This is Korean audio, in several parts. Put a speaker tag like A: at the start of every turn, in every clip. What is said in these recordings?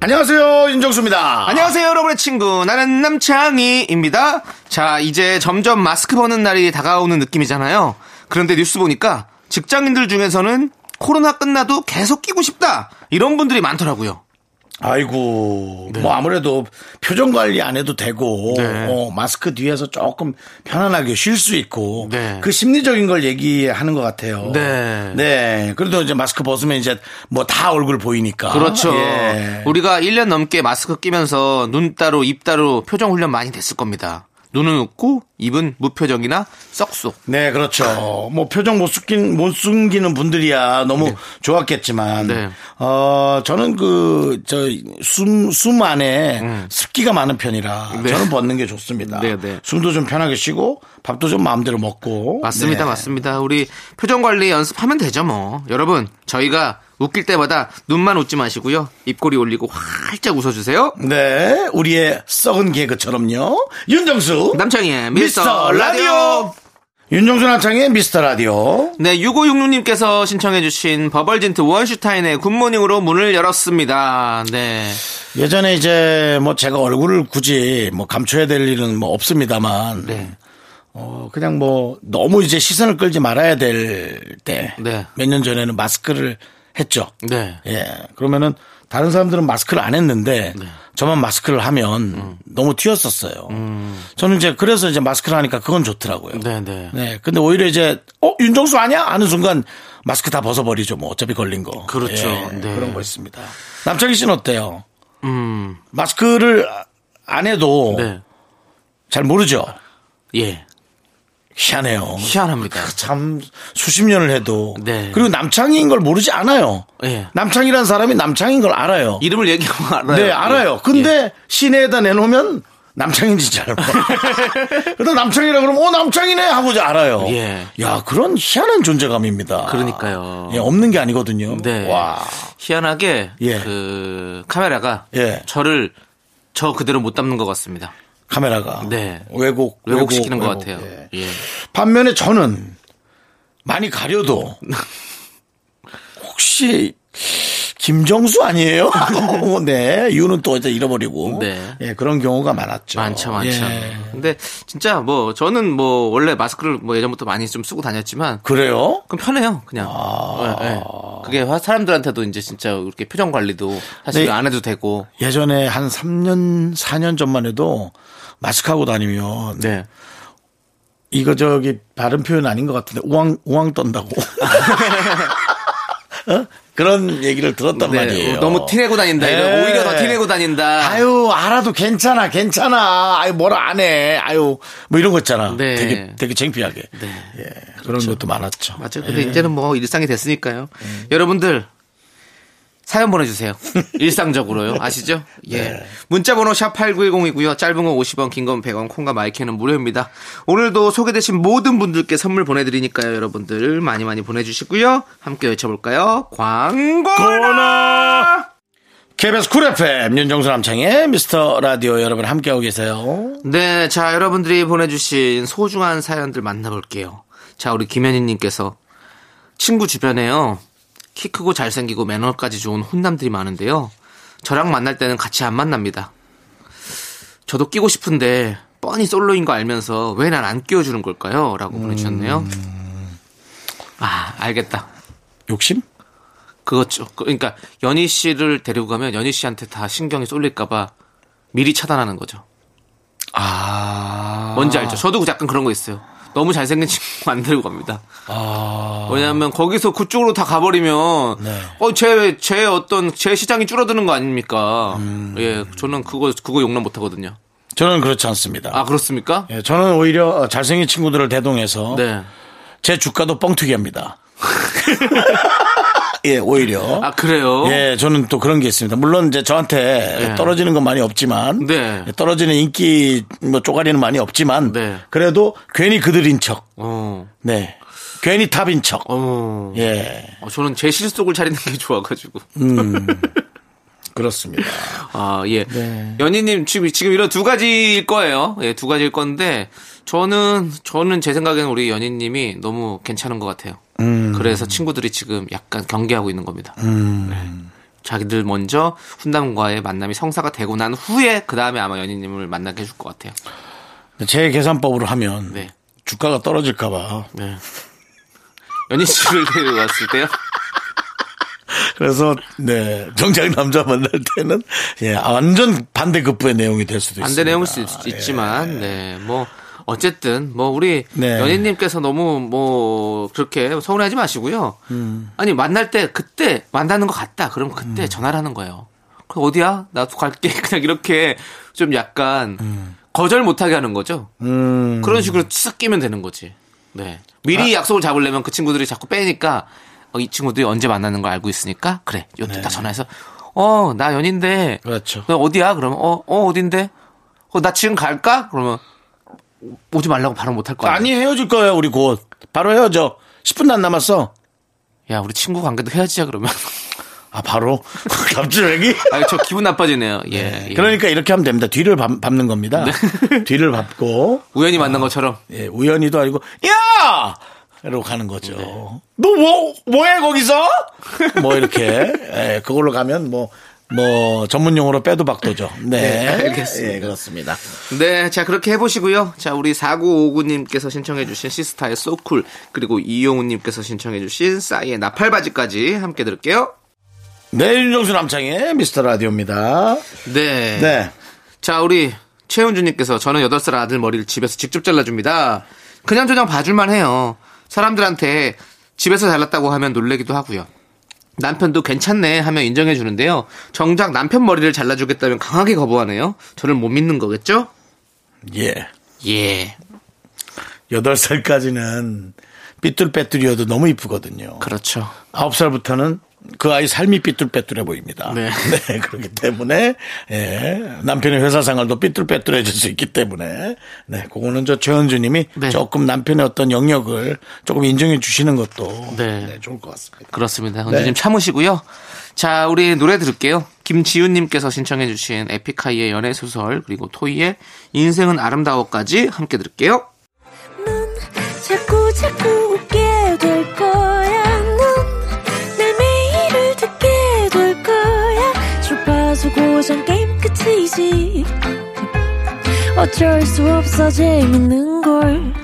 A: 안녕하세요 윤정수입니다.
B: 안녕하세요, 여러분의 친구. 나는 남창희입니다. 자, 이제 점점 마스크 버는 날이 다가오는 느낌이잖아요. 그런데 뉴스 보니까 직장인들 중에서는 코로나 끝나도 계속 끼고 싶다. 이런 분들이 많더라고요.
A: 아이고 뭐 아무래도 표정 관리 안 해도 되고
B: 네.
A: 어, 마스크 뒤에서 조금 편안하게 쉴 수 있고
B: 네.
A: 그 심리적인 걸 얘기하는 것 같아요.
B: 네.
A: 네. 그래도 이제 마스크 벗으면 이제 뭐 다 얼굴 보이니까.
B: 그렇죠.
A: 예.
B: 우리가 1년 넘게 마스크 끼면서 눈 따로, 입 따로 표정 훈련 많이 됐을 겁니다. 눈은 웃고, 입은 무표정이나 썩쏙.
A: 네,
B: 아.
A: 그렇죠. 뭐 표정 못 숨긴 못 숨기는 분들이야 너무 좋았겠지만,
B: 네.
A: 어 저는 그 저 숨 숨 안에 습기가 많은 편이라
B: 음. 네.
A: 저는 벗는 게 좋습니다.
B: 네, 네.
A: 숨도 좀 편하게 쉬고 밥도 좀 마음대로 먹고.
B: 맞습니다,
A: 네.
B: 맞습니다. 우리 표정 관리 연습하면 되죠, 뭐. 여러분, 저희가 웃길 때마다 눈만 웃지 마시고요. 입꼬리 올리고 활짝 웃어주세요.
A: 네, 우리의 썩은 개그처럼요. 윤정수
B: 남창희의
A: 미스터
B: 미스터
A: 라디오.
B: 라디오.
A: 윤정수 남창의 미스터 라디오.
B: 네, 6566님께서 신청해주신 버벌진트 원슈타인의 굿모닝으로 문을 열었습니다. 네.
A: 예전에 이제 뭐 제가 얼굴을 굳이 뭐 감춰야 될 일은 뭐 없습니다만
B: 네.
A: 어, 그냥 뭐 너무 이제 시선을 끌지 말아야 될 때 몇
B: 네.
A: 년 전에는 마스크를 했죠.
B: 네.
A: 예. 그러면은 다른 사람들은 마스크를 안 했는데
B: 네.
A: 저만 마스크를 하면 너무 튀었었어요. 저는 이제 그래서 이제 마스크를 하니까 그건 좋더라고요.
B: 네, 네.
A: 네. 근데 오히려 이제 어 윤정수 아니야? 하는 순간 마스크 다 벗어버리죠. 뭐 어차피 걸린 거.
B: 그렇죠.
A: 예,
B: 네.
A: 그런 거 있습니다. 남창희 씨는 어때요?
B: 음,
A: 마스크를 안 해도
B: 네.
A: 잘 모르죠.
B: 예.
A: 희한해요.
B: 희한합니다.
A: 그 참 수십 년을 해도
B: 네.
A: 그리고 남창인 걸 모르지 않아요.
B: 예.
A: 남창이라는 사람이 남창인 걸 알아요.
B: 이름을 얘기하면 알아요.
A: 네, 알아요.
B: 예.
A: 근데 시내에다 내놓으면 남창인지 잘 몰라. 그래서 남창이라 그러면 어 남창이네 하고 이제 알아요.
B: 예.
A: 야 그런 희한한 존재감입니다.
B: 그러니까요.
A: 예, 없는 게 아니거든요.
B: 네.
A: 와.
B: 희한하게
A: 예.
B: 그 카메라가
A: 예.
B: 저를 저 그대로 못 담는 것 같습니다.
A: 카메라가
B: 네.
A: 왜곡
B: 왜곡시키는
A: 왜곡,
B: 것 같아요.
A: 왜곡. 예.
B: 예.
A: 반면에 저는 많이 가려도 혹시 김정수 아니에요? 하고, 네, 이유는 또 이제 잃어버리고
B: 네.
A: 예, 그런 경우가 많았죠.
B: 많죠, 네. 많죠.
A: 예.
B: 근데 진짜 뭐 저는 뭐 원래 마스크를 뭐 예전부터 많이 좀 쓰고 다녔지만
A: 그래요?
B: 그럼 편해요, 그냥.
A: 아.
B: 예, 예. 그게 화- 사람들한테도 이제 진짜 이렇게 표정 관리도 사실
A: 네.
B: 안 해도 되고.
A: 예전에 한 3년, 4년 전만 해도 마스크 하고 다니면
B: 네.
A: 이거 저기 바른 표현 아닌 것 같은데 우왕 우왕 떤다고. 어? 그런 얘기를 들었단 말이에요.
B: 네. 너무 티내고 다닌다.
A: 네.
B: 이러고 오히려 더 티내고 다닌다.
A: 아유 알아도 괜찮아 괜찮아 아유 뭐라 안해 아유 뭐 이런 거 있잖아
B: 네. 그렇죠.
A: 되게 되게 창피하게 예, 그런 것도 많았죠 예. 음.
B: 맞아요. 근데 이제는 뭐 일상이 됐으니까요. 여러분들 사연 보내주세요. 일상적으로요. 아시죠? 예.
A: 네.
B: 문자번호 샵 8910이고요. 짧은 건 50원, 긴 건 100원, 콩과 마이크는 무료입니다. 오늘도 소개되신 모든 분들께 선물 보내드리니까요. 여러분들 많이 많이 보내주시고요. 함께 외쳐볼까요? 광고나!
A: KBS 쿨 FM 윤정수 남창의 미스터 라디오 여러분 함께하고 계세요
B: 네, 자, 여러분들이 보내주신 소중한 사연들 만나볼게요. 자, 우리 김현희님께서 친구 주변에요. 키 크고 잘생기고 매너까지 좋은 훈남들이 많은데요. 저랑 만날 때는 같이 안 만납니다. 저도 끼고 싶은데 뻔히 솔로인 거 알면서 왜 난 안 끼워주는 걸까요? 라고 보내주셨네요. 아, 알겠다.
A: 욕심
B: 그렇죠. 그러니까 연희 씨를 데리고 가면 연희 씨한테 다 신경이 쏠릴까봐 미리 차단하는 거죠.
A: 아
B: 뭔지 알죠? 저도 약간 그런 거 있어요. 너무 잘생긴 친구 안 데리고 갑니다.
A: 아.
B: 왜냐하면 거기서 그쪽으로 다 가버리면
A: 네.
B: 어제제 어떤 제 시장이 줄어드는 거 아닙니까?
A: 음.
B: 예, 저는 그거 그거 용납 못 하거든요.
A: 저는 그렇지 않습니다
B: 아 그렇습니까?
A: 예, 저는 오히려 잘생긴 예. 친구들을 대동해서
B: 네.
A: 제 주가도 뻥튀기합니다 예, 오히려.
B: 아, 그래요?
A: 예, 저는 또 그런 게 있습니다. 물론 이제 저한테
B: 예.
A: 떨어지는 건 많이 없지만
B: 네.
A: 떨어지는 인기 뭐 쪼가리는 많이 없지만
B: 네.
A: 그래도 괜히 그들인 척.
B: 어.
A: 네. 괜히 탑인 척.
B: 어.
A: 예.
B: 어, 저는 제 실속을 차리는 게 좋아가지고.
A: 그렇습니다.
B: 아, 예. 연희님, 지금, 지금 이런 두 가지일 거예요. 예, 두 가지일 건데, 저는, 저는 제 생각에는 우리 연희님이 너무 괜찮은 것 같아요. 그래서 친구들이 지금 약간 경계하고 있는 겁니다. 네. 자기들 먼저 훈남과의 만남이 성사가 되고 난 후에, 그 다음에 아마 연희님을 만나게 해줄 것 같아요.
A: 제 계산법으로 하면
B: 네.
A: 주가가 떨어질까 봐.
B: 네. 연희 씨를 데려왔을 때요?
A: 그래서 네. 정작 남자 만날 때는 예, 완전 반대급부의 내용이 될 수도 있습니다. 예.
B: 반대 내용일 수 있, 있지만, 네, 뭐. 어쨌든 뭐 우리
A: 네.
B: 연예인님께서 너무 뭐 그렇게 서운해하지 마시고요.
A: 음.
B: 아니 만날 때 그때 만나는 것 같다. 그럼 그때 전화를 하는 거예요. 그 어디야? 나도 갈게. 그냥 이렇게 좀 약간
A: 음.
B: 거절 못하게 하는 거죠. 그런 식으로 쓱 끼면 되는 거지. 네.
A: 아.
B: 미리 약속을 잡으려면 그 친구들이 자꾸 빼니까 어, 이 친구들이 언제 만나는 걸 알고 있으니까 그래. 요때 딱 전화해서 어 나 연인데
A: 네. 그렇죠.
B: 너 어디야? 그러면 어, 어 어딘데? 어, 나 지금 갈까? 그러면 오지 말라고 바로 못할 거야.
A: 아니 헤어질 거예요, 우리 곧. 바로 헤어져. 10분도 안 남았어.
B: 야, 우리 친구 관계도 헤어지자 그러면.
A: 아, 바로 갑자기
B: 아니, 저 기분 나빠지네요. 예. 예.
A: 그러니까 이렇게 하면 됩니다. 뒤를 밟, 는 겁니다. 뒤를 밟고
B: 우연히 만난 것처럼.
A: 예, 우연히도 아니고 야! 이러고 가는 거죠. 너 뭐 뭐해 거기서? 뭐 이렇게 예, 그걸로 가면 뭐. 뭐 전문 용어로 빼도 박도죠. 네, 알겠습니다. 예, 그렇습니다.
B: 네, 자 그렇게 해보시고요. 자 우리 4959님께서 신청해주신 시스타의 소쿨 그리고 이용우님께서 신청해주신 싸이의 나팔바지까지 함께 들을게요.
A: 네, 윤정수 남창의 미스터 라디오입니다.
B: 네.
A: 네,
B: 자, 우리 최은주님께서 저는 8살 아들 머리를 집에서 직접 잘라줍니다. 그냥 저냥 봐줄만 해요. 사람들한테 집에서 잘랐다고 하면 놀래기도 하고요. 남편도 괜찮네 하면 인정해 주는데요. 정작 남편 머리를 잘라주겠다면 강하게 거부하네요. 저를 못 믿는 거겠죠?
A: 예.
B: 예,
A: 여덟 살까지는 삐뚤빼뚤이어도 너무 이쁘거든요.
B: 그렇죠.
A: 아홉 살부터는 그 아이 삶이 삐뚤빼뚤해 보입니다.
B: 네.
A: 그렇기 때문에, 예, 남편의 회사 생활도 삐뚤빼뚤해질 수 있기 때문에, 네, 그거는 저 최현주 님이
B: 네.
A: 조금 남편의 어떤 영역을 조금 인정해 주시는 것도,
B: 네.
A: 네. 좋을 것 같습니다.
B: 그렇습니다. 언제 좀 참으시고요. 자, 우리 노래 들을게요. 김지윤님께서 신청해주신 에픽하이의 연애 소설 그리고 토이의 인생은 아름다워까지 함께 들을게요.
C: 넌 자꾸 자꾸 웃게 될 거야. 넌내 매일을 듣게 될 거야. 주파수 고정 게임 끝이지. 어쩔 수 없어 재밌는 걸.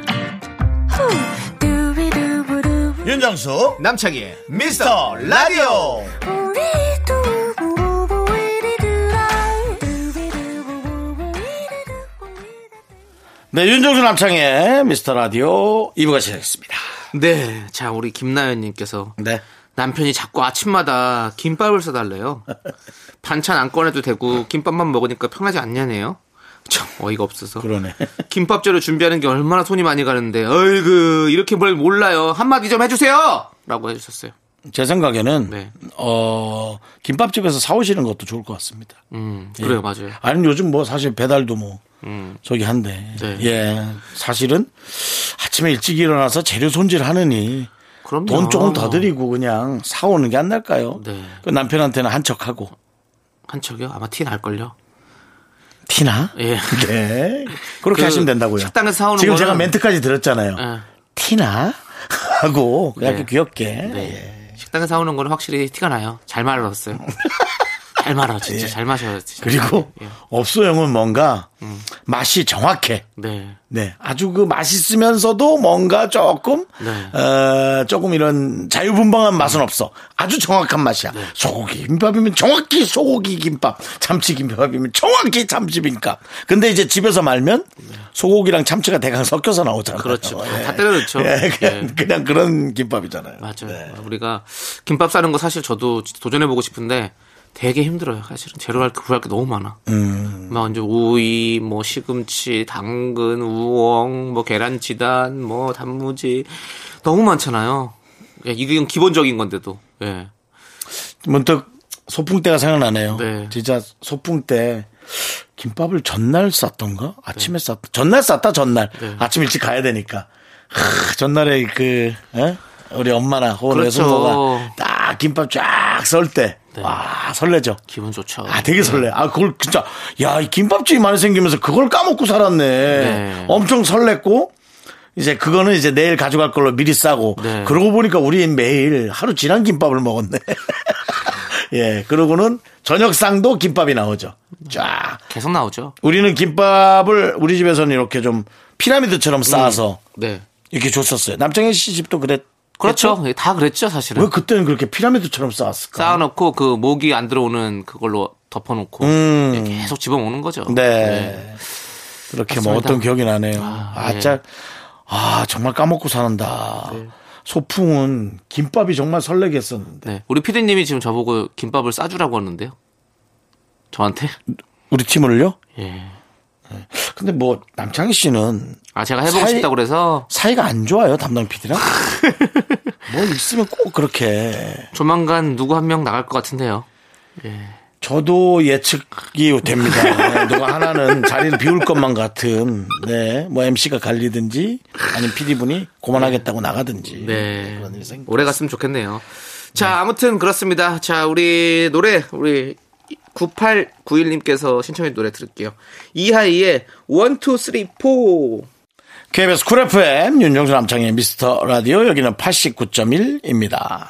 C: 후. 두비두부두부.
A: 윤정수,
B: 남창희의
A: 미스터 라디오!
C: 우리 두부부부 우리들아. 두비두부부부 우리들아.
A: 네, 윤정수 남창의 미스터 라디오 2부가 시작했습니다.
B: 네. 자, 우리 김나연님께서
A: 네.
B: 남편이 자꾸 아침마다 김밥을 써달래요. 반찬 안 꺼내도 되고 김밥만 먹으니까 편하지 않냐네요. 참 어이가 없어서.
A: 그러네.
B: 김밥 재료 준비하는 게 얼마나 손이 많이 가는데, 어이구, 이렇게 뭘 몰라요. 한마디 좀 해주세요! 라고 해주셨어요.
A: 제 생각에는,
B: 네.
A: 어, 김밥집에서 사오시는 것도 좋을 것 같습니다.
B: 음, 그래요, 맞아요.
A: 아니 요즘 뭐 사실 배달도 뭐 저기 한데
B: 음. 네.
A: 예 사실은 아침에 일찍 일어나서 재료 손질하느니
B: 그럼요.
A: 돈 조금 더 드리고 그냥 사오는 게 안 날까요?
B: 네.
A: 그 남편한테는 한 척하고
B: 한 척이요? 아마 티 날걸요?
A: 티나?
B: 예.
A: 네 그렇게
B: 그
A: 하시면 된다고요.
B: 식당에서 사오는
A: 지금
B: 거는-
A: 제가 멘트까지 들었잖아요.
B: 예.
A: 티나 하고 그냥
B: 네.
A: 이렇게 귀엽게 예.
B: 네. 식당에 사오는 거는 확실히 티가 나요. 잘 말랐어요. 잘 말아, 진짜. 잘 마셔요, 진짜.
A: 예. 그리고
B: 예. 음.
A: 업소형은 뭔가 맛이 정확해.
B: 네.
A: 네, 아주 그 맛있으면서도 뭔가 조금
B: 네.
A: 어, 조금 이런 자유분방한 맛은 없어. 아주 정확한 맛이야.
B: 네.
A: 소고기 김밥이면 정확히 소고기 김밥, 참치 김밥이면 정확히 참치 김밥. 근데 이제 집에서 말면 소고기랑 참치가 대강 섞여서 나오잖아요.
B: 그렇죠.
A: 예.
B: 다 때려넣죠.
A: 예, 그냥,
B: 예.
A: 그냥 그런 김밥이잖아요.
B: 맞아요.
A: 네.
B: 우리가 김밥 싸는 거 사실 저도 진짜 도전해보고 싶은데 되게 힘들어요. 사실은 재료할 게 구할 게 너무 많아.
A: 음.
B: 막 이제 우이, 뭐 시금치, 당근, 우엉, 뭐 계란치단, 뭐 단무지 너무 많잖아요. 예, 이게 기본적인 건데도. 예.
A: 문득 소풍 때가 생각나네요.
B: 네.
A: 진짜 소풍 때 김밥을 전날 쌌던가? 아침에 쌌다. 전날 쌌다, 전날.
B: 네.
A: 아침 일찍 가야 되니까. 하, 전날에 그, 에? 우리 엄마나 혹은
B: 그렇죠. 네.
A: 외숙모가 딱 김밥 쫙 썰 때. 와, 설레죠.
B: 기분 좋죠.
A: 아, 되게 설레. 아, 그걸 진짜, 야, 이 김밥집이 많이 생기면서 그걸 까먹고 살았네.
B: 네.
A: 엄청 설렜고, 이제 그거는 이제 내일 가져갈 걸로 미리 싸고,
B: 네.
A: 그러고 보니까 우리 매일 하루 지난 김밥을 먹었네. 예, 그러고는 저녁상도 김밥이 나오죠. 쫙.
B: 계속 나오죠.
A: 우리는 김밥을 우리 집에서는 이렇게 좀 피라미드처럼 쌓아서
B: 네.
A: 이렇게 줬었어요. 남창희 씨 집도 그랬.
B: 그렇죠. 예, 다 그랬죠, 사실은.
A: 왜 그때는 그렇게 피라미드처럼 쌓았을까?
B: 쌓아놓고 그 모기 안 들어오는 그걸로 덮어놓고 예, 계속 집어먹는 거죠.
A: 음. 네. 그렇게 먹었던 기억이 나네요. 네. 아,
B: 네.
A: 짜, 아, 정말 까먹고 사는다. 소풍은 김밥이 정말 설레겠었는데.
B: 네. 우리 피디님이 지금 저보고 김밥을 싸주라고 하는데요. 저한테?
A: 우리 팀을요?
B: 예.
A: 근데 뭐, 남창희 씨는
B: 아, 제가 해보고
A: 사이-
B: 싶다고 그래서
A: 사이가 안 좋아요, 담당 PD랑? 뭐 있으면 꼭 그렇게.
B: 조만간 누구 한 명 나갈 것 같은데요.
A: 저도 예측이 됩니다. 누가 하나는 자리를 비울 것만 같은, 네, 뭐 MC가 갈리든지, 아니면 PD분이 고만하겠다고 나가든지.
B: 네.
A: 그런 일이 생
B: 오래 갔으면 좋겠네요. 자, 아무튼 그렇습니다. 자, 우리 노래, 우리 9891님께서 신청해 주 노래 들을게요. 이하이의 1, 2, 3, 4.
A: KBS 쿨 FM 윤정수 남창의 미스터 라디오 여기는 89.1입니다.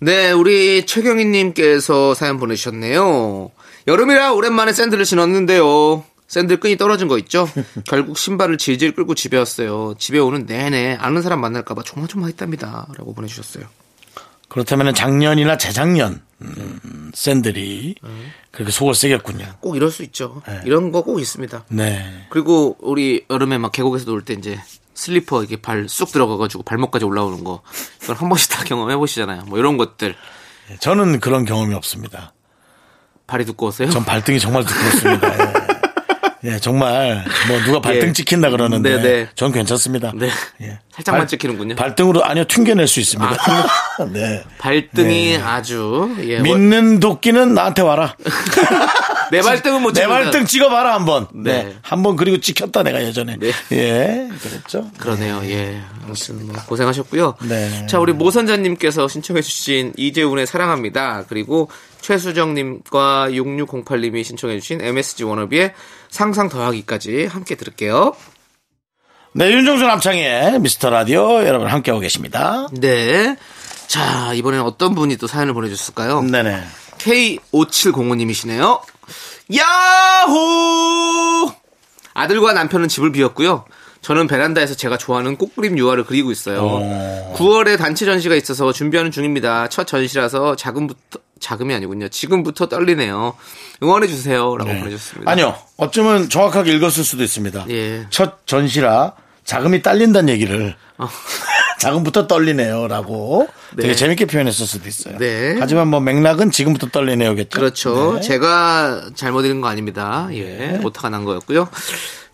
B: 네, 우리 최경희님께서 사연 보내주셨네요. 여름이라 오랜만에 샌들을 신었는데요. 샌들 끈이 떨어진 거 있죠? 결국 신발을 질질 끌고 집에 왔어요. 집에 오는 내내 아는 사람 만날까봐 조마조마했답니다. 라고 보내주셨어요.
A: 그렇다면 작년이나 재작년 음, 샌들이 그렇게 속을 쓰겠군요.
B: 꼭 이럴 수 있죠. 이런 거 꼭 있습니다.
A: 네.
B: 그리고 우리 여름에 막 계곡에서 놀 때 이제 슬리퍼 이게 발 쑥 들어가가지고 발목까지 올라오는 거 이건 한 번씩 다 경험해 보시잖아요. 뭐 이런 것들
A: 저는 그런 경험이 없습니다.
B: 발이 두꺼웠어요.
A: 전 발등이 정말 두껍습니다. 예. 예, 정말 뭐 누가 발등
B: 예.
A: 찍힌다 그러는데
B: 네, 네.
A: 전 괜찮습니다.
B: 네.
A: 예.
B: 살짝만
A: 발-
B: 찍히는군요.
A: 발등으로 아니요 튕겨낼 수 있습니다. 네.
B: 발등이 아주 예, 뭐
A: 믿는 도끼는 나한테 와라.
B: 내 발등은 못
A: 내
B: 찍는다.
A: 발등 찍어봐라 한번. 네.
B: 네.
A: 한번 그리고 찍혔다 내가 예전에.
B: 네.
A: 예. 그랬죠.
B: 그러네요. 예. 아무튼 뭐 고생하셨고요.
A: 네.
B: 자, 우리 모선자님께서 신청해주신 이재훈의 사랑합니다. 그리고 최수정님과 6608님이 신청해주신 MSG 워너비의 상상 더하기까지 함께 들을게요.
A: 네, 윤종수 남창의 미스터 라디오 여러분 함께하고 계십니다.
B: 네. 자, 이번에는 어떤 분이 또 사연을 보내주셨을까요?
A: 네네.
B: K5705님이시네요. 야호! 아들과 남편은 집을 비웠고요. 저는 베란다에서 제가 좋아하는 꽃그림 유화를 그리고 있어요. 9월에 단체 전시가 있어서 준비하는 중입니다. 첫 전시라서 자금부터 자금이 아니군요. 지금부터 떨리네요. 응원해 주세요라고 보내셨습니다.
A: 네. 아니요. 어쩌면 정확하게 읽었을 수도 있습니다.
B: 예.
A: 첫 전시라 자금이 딸린다는 얘기를
B: 어,
A: 자금부터 떨리네요라고 되게 재밌게 표현했을 수도 있어요.
B: 네.
A: 하지만 뭐 맥락은 지금부터 떨리네요겠죠.
B: 그렇죠.
A: 네.
B: 제가 잘못 읽은 거 아닙니다. 예. 오타가 난 거였고요.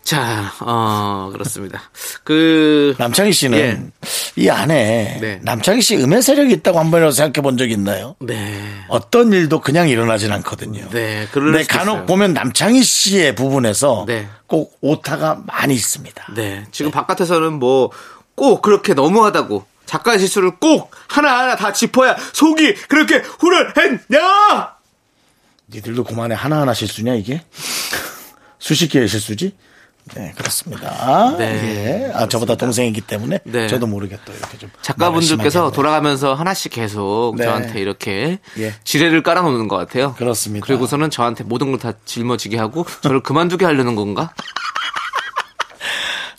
B: 자, 어, 그렇습니다. 그
A: 남창희 씨는
B: 예.
A: 이 안에
B: 네.
A: 남창희 씨 음의 세력이 있다고 한 번이라도 생각해 본 적 있나요?
B: 네.
A: 어떤 일도 그냥 일어나진 않거든요.
B: 네, 그럴
A: 근데
B: 수도
A: 간혹
B: 있어요.
A: 보면 남창희 씨의 부분에서
B: 네.
A: 꼭 오타가 많이 있습니다.
B: 네. 지금 바깥에서는 뭐 꼭 그렇게 너무하다고 작가의 실수를 꼭 하나하나 다 짚어야 속이 그렇게 후련했냐!
A: 니들도 그만해 하나하나 실수냐 이게? 수십 개의 실수지? 네 그렇습니다.
B: 네,
A: 예. 아 저보다 동생이기 때문에
B: 네.
A: 저도 모르게 또 이렇게 좀
B: 작가분들께서
A: 말을 심하게 하네요.
B: 돌아가면서 하나씩 계속
A: 네.
B: 저한테 이렇게
A: 예.
B: 지뢰를 깔아놓는 것 같아요.
A: 그렇습니다.
B: 그리고서는 저한테 모든 걸 다 짊어지게 하고 저를 그만두게 하려는 건가?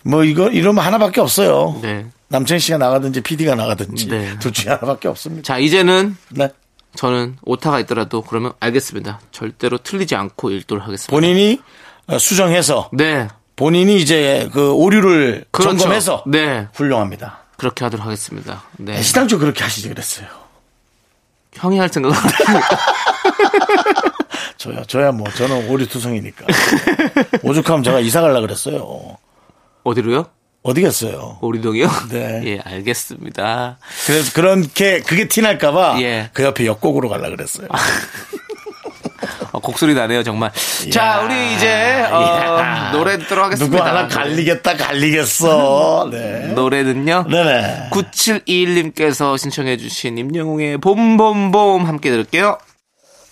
A: 뭐 이거 이러면 하나밖에 없어요.
B: 네.
A: 남창희 씨가 나가든지 PD가 나가든지
B: 네.
A: 둘 중에 하나밖에 없습니다.
B: 자, 이제는
A: 네.
B: 저는 오타가 있더라도 그러면 알겠습니다. 절대로 틀리지 않고 일도를 하겠습니다.
A: 본인이 어, 수정해서
B: 네.
A: 본인이 이제 그 오류를
B: 그렇죠.
A: 점검해서
B: 네.
A: 훌륭합니다. 시당
B: 그렇게 하도록 하겠습니다. 네.
A: 시당초 그렇게 하시지 그랬어요.
B: 형이 할 생각은 안 합니다.
A: 저야 저야 뭐 저는 오류투성이니까 오죽하면 제가 이사 갈라 그랬어요.
B: 어디로요?
A: 어디 갔어요?
B: 오리동이요?
A: 네.
B: 예, 알겠습니다.
A: 그래서 그렇게 그게 티날까봐
B: 예.
A: 그 옆에 옆곡으로 가려 그랬어요.
B: 어, 곡소리 나네요, 정말. 자, 우리 이제, 어,
A: 이야.
B: 노래 듣도록 하겠습니다. 네.
A: 누구 하나 갈리겠다 갈리겠어. 네.
B: 노래는요?
A: 네네.
B: 9721님께서 신청해주신 임영웅의 봄봄봄 함께 들을게요.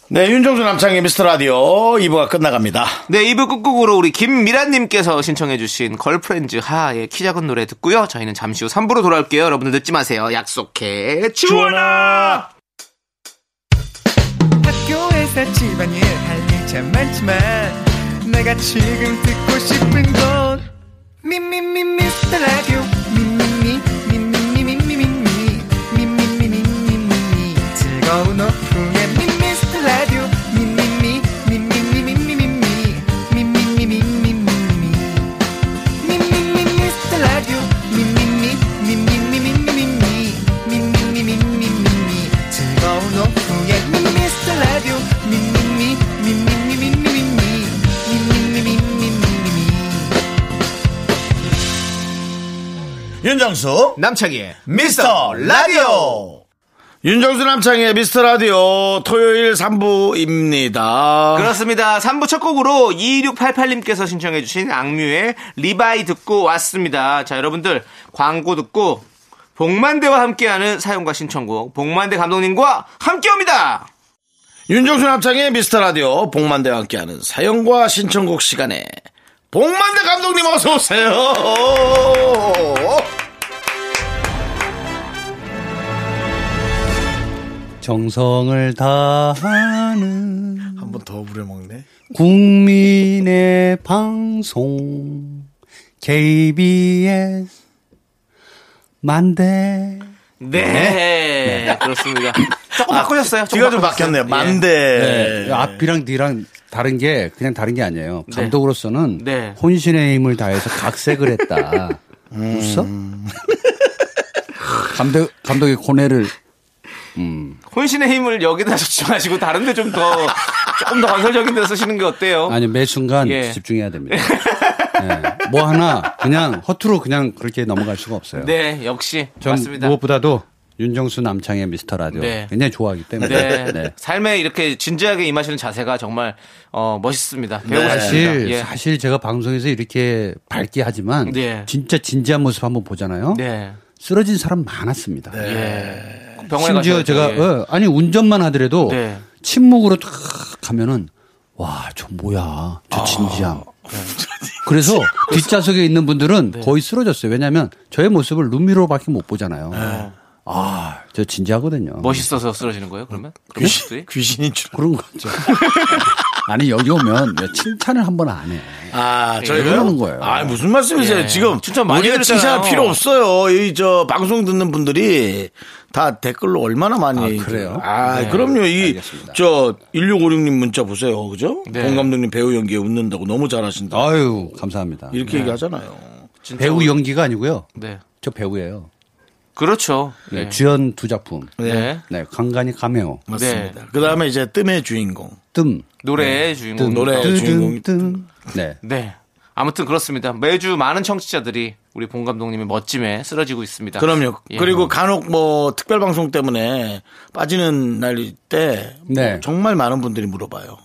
A: 네, 윤정수 남창의 미스터 라디오 2부가 끝나갑니다.
B: 네, 2부 끝곡으로 우리 김미란님께서 신청해주신 걸프렌즈 하의 키 작은 노래 듣고요. 저희는 잠시 후 3부로 돌아올게요. 여러분들 늦지 마세요. 약속해. 주원아!
D: 학교에서 집안일 할 일 참 많지만 내가 지금 듣고 싶은 건 미미미 미스터 라디오 미미미 미미미 미미미 미미미 미미미 즐거운 오후에 미스터 라디오 미미미 미미미 미미미 미미미 미미미
A: 윤정수
B: 남창희의
A: 미스터 라디오 윤정수 남창의 미스터 라디오 토요일
B: 아.
A: 3부입니다.
B: 그렇습니다. 3부 첫 곡으로 2688님께서 신청해주신 악뮤의 리바이 듣고 왔습니다. 자, 여러분들 광고 듣고 복만대와 함께하는 사연과 신청곡 복만대 감독님과 함께옵니다.
A: 윤정수 남창의 미스터 라디오 복만대와 함께하는 사연과 신청곡 시간에 복만대 감독님 어서 오세요.
E: 정성을 다하는
A: 한 번 더 부려먹네.
E: 국민의 방송 KBS 만대
B: 네. 그렇습니다. 조금 바꾸셨어요. 조금
A: 뒤가 좀
B: 바꾸셨어요.
A: 바뀌었네요.
B: 예.
A: 만대. 예.
E: 네. 앞이랑 뒤랑 다른 게 그냥 다른 게 아니에요. 감독으로서는
B: 네.
E: 혼신의 힘을 다해서 각색을 했다.
B: 음.
E: 웃어? 감독 감독의 고뇌를
B: 혼신의 힘을 여기다 쏟지 마시고 다른데 좀 더 조금 더 건설적인 데 쓰시는 게 어때요?
E: 아니 매 순간
B: 예.
E: 집중해야 됩니다. 예. 뭐 하나 그냥 허투루 그냥 그렇게 넘어갈 수가 없어요.
B: 네, 역시
E: 전
B: 맞습니다.
E: 무엇보다도 윤정수 남창의 미스터 라디오
B: 네.
E: 굉장히 좋아하기 때문에
B: 네.
E: 네.
B: 삶에 이렇게 진지하게 임하시는 자세가 정말 어, 멋있습니다. 배우고
E: 사실
B: 싶습니다. 예.
E: 사실 제가 방송에서 이렇게 밝게 하지만
B: 네.
E: 진짜 진지한 모습 한번 보잖아요.
B: 네.
E: 쓰러진 사람 많았습니다.
B: 예. 병원에
E: 심지어
B: 가셔야
E: 제가
B: 돼요.
E: 어, 아니 운전만 하더라도
B: 네.
E: 침묵으로 탁 가면은 와 저 뭐야 저
B: 아.
E: 진지함.
B: 네.
E: 그래서 뒷좌석에 있는 분들은 거의 쓰러졌어요. 왜냐하면 저의 모습을 눈미로밖에 못 보잖아요.
B: 네.
E: 아 저 진지하거든요.
B: 멋있어서 쓰러지는 거예요, 그러면? 그런
A: 귀신,
B: 것들이?
A: 귀신인 줄.
E: 그런 거죠. 아니 여기 오면 왜 칭찬을 한 번 안 해.
A: 아, 저희가요?
E: 그러는 거예요.
A: 아, 무슨 말씀이세요?
B: 예.
A: 지금
B: 칭찬 많이
A: 우리가
B: 들었잖아요.
A: 칭찬할 필요 없어요. 이 저 방송 듣는 분들이 다 댓글로 얼마나 많이
E: 아, 그래요?
A: 아,
B: 네.
A: 그럼요. 이
E: 알겠습니다.
A: 저 1656님 문자 보세요. 그죠?
B: 네.
A: 공 감독님 배우 연기에 웃는다고 너무 잘하신다.
E: 아유 감사합니다.
A: 이렇게
B: 네.
A: 얘기하잖아요.
B: 진짜
E: 배우
B: 우리-
E: 연기가 아니고요.
B: 네.
E: 저 배우예요.
B: 그렇죠.
E: 네,
B: 네.
E: 주연 두 작품.
B: 네.
E: 네, 간간히 가메오.
A: 맞습니다. 그다음에 이제 뜸의 주인공.
E: 뜸.
B: 노래의 주인공.
A: 노래.
E: 뚜둥,
A: 주인공이
E: 뜸. 네.
B: 네. 아무튼 그렇습니다. 매주 많은 청취자들이 우리 봉 감독님의 멋짐에 쓰러지고 있습니다.
A: 그럼요.
B: 예.
A: 그리고 간혹 뭐 특별 방송 때문에 빠지는 날일 때뭐
E: 네.
A: 정말 많은 분들이 물어봐요.